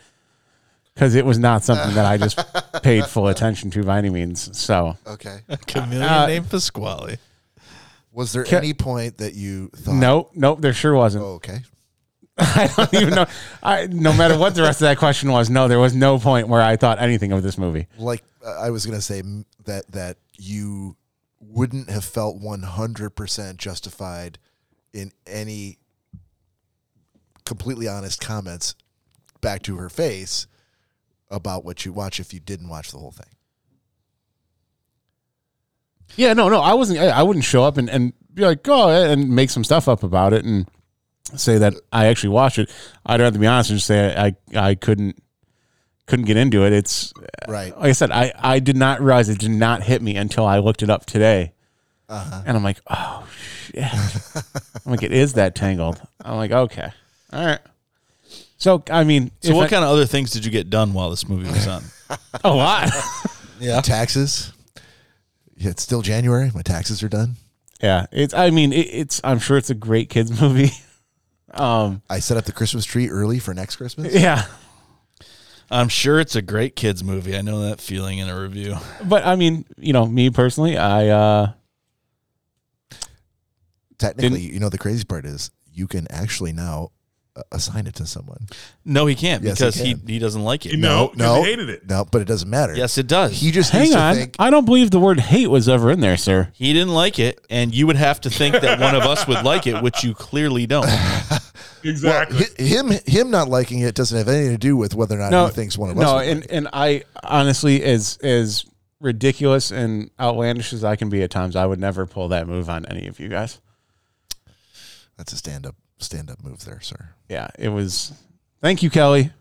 Because it was not something that I just paid full attention to by any means. So,
Okay.
Chameleon
Uh,
named Pasquale.
Was there
Ca-
any point that you thought?
nope, nope, there sure wasn't.
Oh, okay.
I don't even know. I, no matter what the rest of that question was, no, there was no point where I thought anything of this movie.
Like uh, I was gonna say m- that that you wouldn't have felt one hundred percent justified in any completely honest comments back to her face about what you watch if you didn't watch the whole thing.
Yeah, no, no, I wasn't, I, I wouldn't show up and, and be like, oh, and make some stuff up about it and say that I actually watched it. I'd rather be honest and just say I I couldn't couldn't get into it. It's
Right.
like I said, I I did not realize it did not hit me until I looked it up today, and I'm like, oh shit. I'm like, it is that tangled. I'm like, okay, all right. So I mean,
So, what kind of other things did you get done while this movie was on?
of a lot?
Yeah. Taxes. Yeah, it's still January. My taxes are done.
yeah, it's. I mean, it, it's. I'm sure it's a great kids movie. Um.
I set up the Christmas tree early for next Christmas.
Yeah.
I'm sure it's a great kids movie. I know that feeling in a review.
But I mean, you know, me personally, I uh
Technically, you know, the crazy part is you can actually now uh, assign it to someone.
No, he can't
Yes, he
because he,
can.
he doesn't like it.
You know, 'cause
Oh, no,
he hated it.
No, but it doesn't matter.
Yes, it does.
He just needs
hang
to
on.
think.
I don't believe the word hate was ever in there, sir.
He didn't like it, and you would have to think that one of us would like it, which you clearly don't.
Well,
Exactly.
hi- him him not liking it doesn't have anything to do with whether or not
No,
he thinks one of us.
No,
would
and
like it.
and I honestly as as ridiculous and outlandish as I can be at times, I would never pull that move on any of you guys.
that's a stand up stand up move there, sir.
Yeah, it was thank you, Kelly.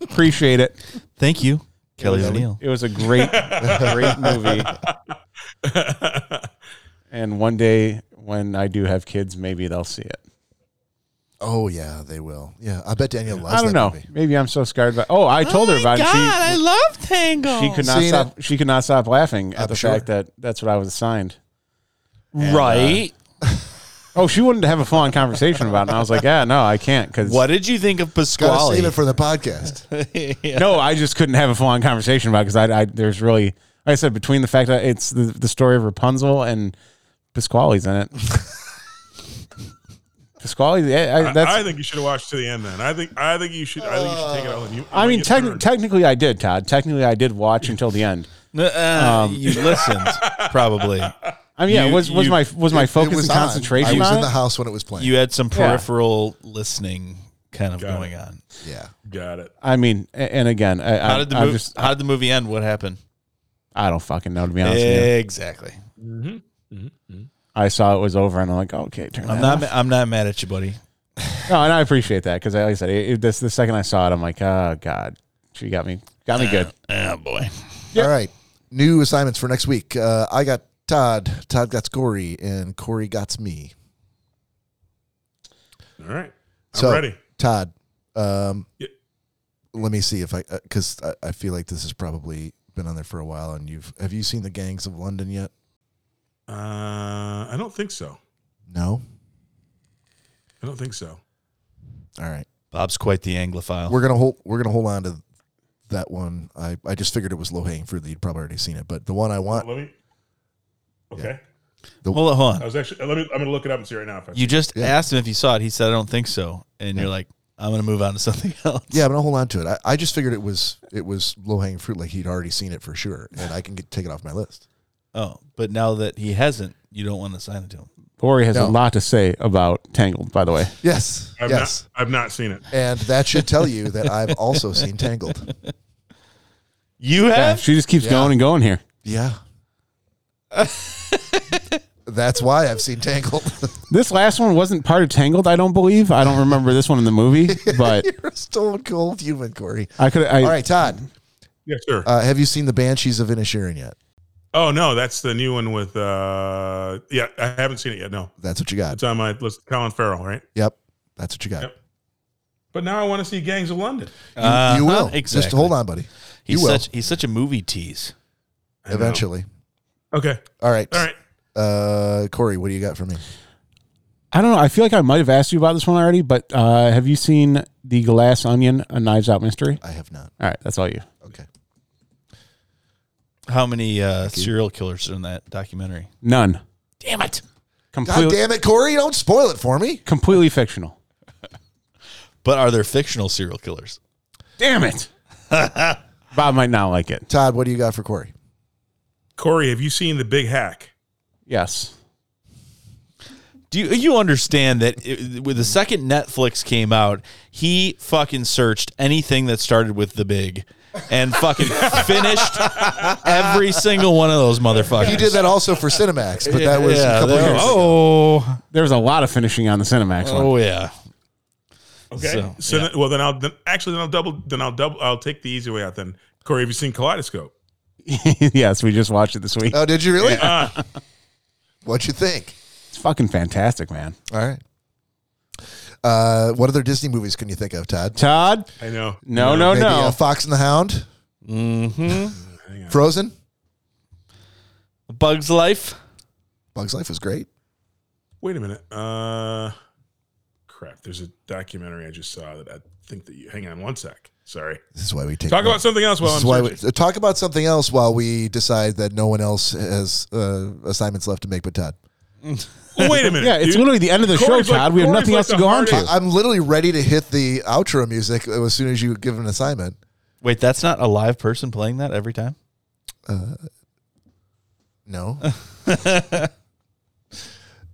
Appreciate it.
Thank you, Kelly
It was-
O'Neill.
It was a great great movie. And one day when I do have kids, maybe they'll see it.
Oh yeah, they will. Yeah, I bet Daniel loves.
I
that
don't know.
Movie.
Maybe I'm so scared by. Oh, I told her about it. She,
love Tango.
she could not
Seen
stop. She could not stop laughing at
I'm
the
sure.
fact that that's what I was assigned. uh,
right.
Oh, she wanted to have a full on conversation about it, and I was like, "Yeah, no, I can't." Because
what did you think of
Gotta save
Pasquale?
it for the podcast.
No, I just couldn't have a full on conversation about because I, I there's really like I said between the fact that it's the, the story of Rapunzel and Pasquale's in it. Pasquale, yeah, I,
I-
that's.
I,
I,
think you should have watched to the end. Then I think I think you should. I think you should take it out. And
Uh,
you,
mean, techni- technically, I did, Todd. Technically, I did watch until the end.
Uh, you listened, probably.
I mean, yeah,
You-
was was
you-
my was my
It- it
focus
was
and
on.
concentration
I was
on
in
it?
the house when it was playing.
You had some
Yeah.
peripheral listening kind of
Got it.
going on.
yeah,
got it.
I mean, a- and again, I,
How
I,
did the
I'm
movie?
just,
how did the movie end? What happened?
I don't fucking know to be honest. with you.
Exactly.
I saw it was over, and I'm like, okay, turn
I'm
that
not.
off.
ma- I'm not mad at you, buddy.
No, and I appreciate that because, like I said, it, it- this the second I saw it, I'm like, oh god, she got me, got me good.
Oh boy.
All right. New assignments for next week. Uh, I got Todd. Todd got Corey, and Corey got me.
All right, I'm
So,
ready.
Todd, um,
Yeah.
let me see if I because I, I feel like this has probably been on there for a while. And you've have you seen the Gangs of London yet?
Uh, I don't think so.
No.
I don't think so.
All right.
Bob's quite the anglophile.
We're gonna hold. We're gonna hold on to that one. I, I just figured it was low hanging fruit. That you'd probably already seen it, but the one I want.
Let me. Okay,
Hold on. Hold
I
on.
was actually. Let me. I'm gonna look it up and see right now. If I,
You just
Yeah.
asked him if he saw it. He said, "I don't think so," and you're like, "I'm going to move on to something else."
Yeah, but I'll hold on to it. I, I just figured it was it was low hanging fruit. Like he'd already seen it for sure, and I can get, take it off my list.
Oh, but now that he hasn't, you don't want to sign it to him.
Corey has
No.
a lot to say about Tangled, by the way.
Yes.
I've
yes.
not. I've not seen it.
And that should tell you that I've also seen Tangled.
You
Yeah,
have.
she just keeps
Yeah.
going and going here.
Yeah. That's why I've seen Tangled.
This last one wasn't part of Tangled, I don't believe. I don't remember this one in the movie, but
You're a stone cold human, Corey.
I could. I,
All right, Todd.
Yes, sir.
Uh, have you seen the Banshees of Inisherin yet?
oh no, that's the new one with. uh Yeah, I haven't seen it yet. No,
That's what you got.
it's on my list. Colin Farrell, right?
Yep. That's what you got.
Yep. But now I want to see Gangs of London.
You, you will.
Uh-huh. Exactly.
Just hold on, buddy.
He's
you will
such. He's such a movie tease.
I know.
eventually.
Okay.
All right.
All right.
Uh, Corey, what do you got for me?
I don't know. I feel like I might have asked you about this one already, but uh, have you seen the Glass Onion, a Knives Out mystery?
I have not.
All right, that's all you.
Okay.
How many uh, serial killers are in that documentary?
None.
Damn it!
God
Completely,
damn it, Corey. Don't spoil it for me.
completely fictional.
But are there fictional serial killers?
Damn it. Bob might not like it.
Todd, what do you got for Corey?
Corey, have you seen the Big Hack?
Yes.
Do you, you understand that it, with the second Netflix came out, he fucking searched anything that started with the big and fucking finished every single one of those motherfuckers.
He did that also for Cinemax, but that was
Yeah,
a couple
there-
years. ago.
Oh,
There's a lot of finishing on the Cinemax one.
oh yeah.
Okay.
So,
So,
yeah.
then, well, then I'll then actually then I'll double then I'll double I'll take the easy way out. Then Corey, have you seen Kaleidoscope?
yes, we just watched it this week.
Oh, did you really? What'd you think?
It's fucking fantastic, man.
All right. Uh, what other Disney movies can you think of, Todd?
Todd?
I know.
No, no,
Maybe
no.
uh, Fox and the Hound,
Mm-hmm.
Frozen.
Bug's Life.
Bugs Life was great.
Wait a minute. Uh, crap. There's a documentary I just saw that I think that you. Hang on one sec. Sorry.
This is why we take
Talk about something else while
This is
I'm
why we,
searching.
talk about something else while we decide that no one else has uh, assignments left to make but Todd.
Oh, wait a minute.
Yeah, it's
dude.
literally the end of the
Corey's
show,
like-
Todd. we have
Corey's
nothing
like
else to
the
go on
hardest-
to.
I'm literally ready to hit the outro music as soon as you give an assignment.
Wait, that's not a live person playing that every time.
No.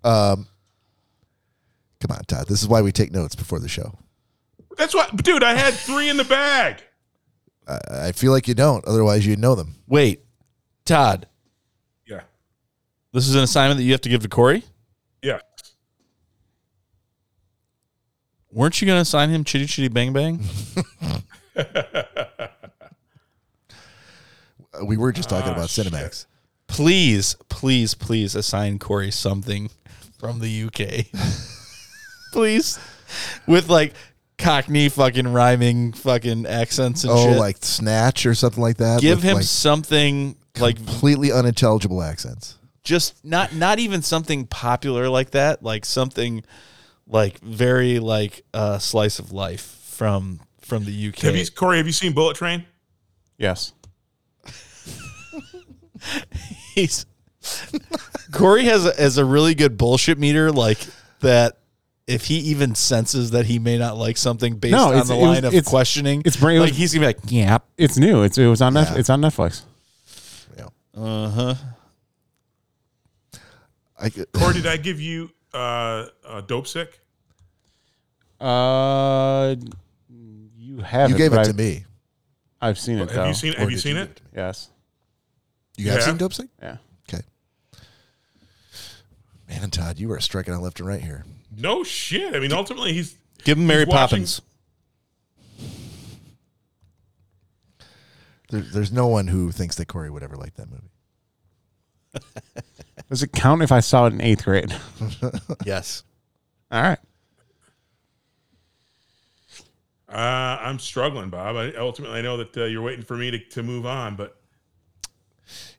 um, come on, Todd. This is why we take notes before the show.
That's why, dude. I had three in the bag.
I feel like you don't, otherwise you'd know them.
Wait, Todd,
Yeah.
this is an assignment that you have to give to Corey.
Yeah.
Weren't you going to assign him Chitty Chitty Bang Bang?
Uh, We were just
Ah,
talking about Cinemax.
please, please, please assign Corey something from the UK. please. With like Cockney fucking rhyming fucking accents and
Oh,
shit.
like Snatch or something like that.
Give
with,
him
like,
something like
completely unintelligible accents.
just not not even something popular like that, like something like very like uh slice of life from from the UK.
Have you, Corey? Have you seen Bullet Train?
Yes.
He's Corey has a, has a really good bullshit meter like that. If he even senses that he may not like something based
No,
on
it's-
the
it was-
line of
it's-
questioning,
it's brain-
like he's gonna be like, "Yeah,
It's new. It's it was on Netflix.
Yeah.
It's on Netflix.
uh huh."
I, could-
Corey, did I give you uh, uh, Dope Sick?
Uh you have
you
it,
gave
but
it to
I've,
me.
I've seen it
Have
though.
you seen?
Or
Have you
did
seen
you
it?
Yes.
You have
Yeah.
seen Dope Sick?
Yeah.
Okay. Man, Todd, you are striking out left and right here.
No shit. I mean, ultimately, he's
Give him
he's
Mary
watching-
Poppins.
There, there's no one who thinks that Corey would ever like that movie.
Does it count if I saw it in eighth grade?
yes,
All right.
Uh, I'm struggling, Bob. I, ultimately, I know that uh, you're waiting for me to, to move on, but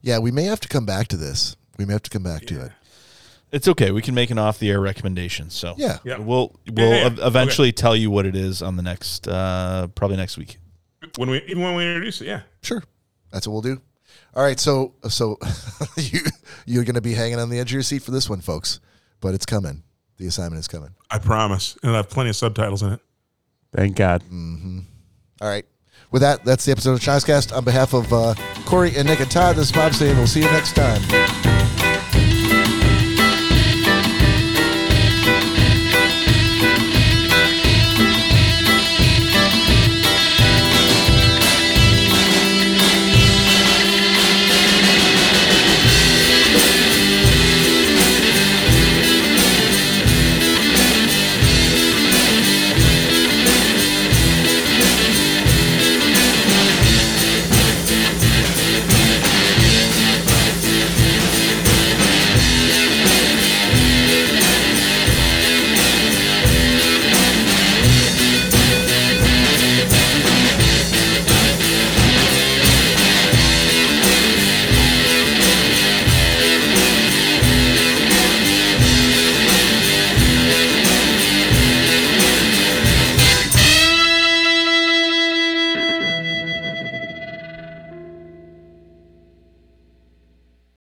Yeah, we may have to come back to this. We may have to come back to it.
it's okay. We can make an off-the-air recommendation. So
Yeah.
Yeah.
we'll
Yeah,
we'll
yeah,
ev-
yeah.
eventually tell you what it is on the next uh probably next week.
when we even when we introduce it, yeah.
Sure. That's what we'll do. All right, so so you you're going to be hanging on the edge of your seat for this one, folks. But it's coming. The assignment is coming.
I promise, and I have plenty of subtitles in it.
Thank God.
All right. With that, that's the episode of Chinese Cast. On behalf of uh, Corey and Nick and Todd, this is Bob saying we'll see you next time.
Peace.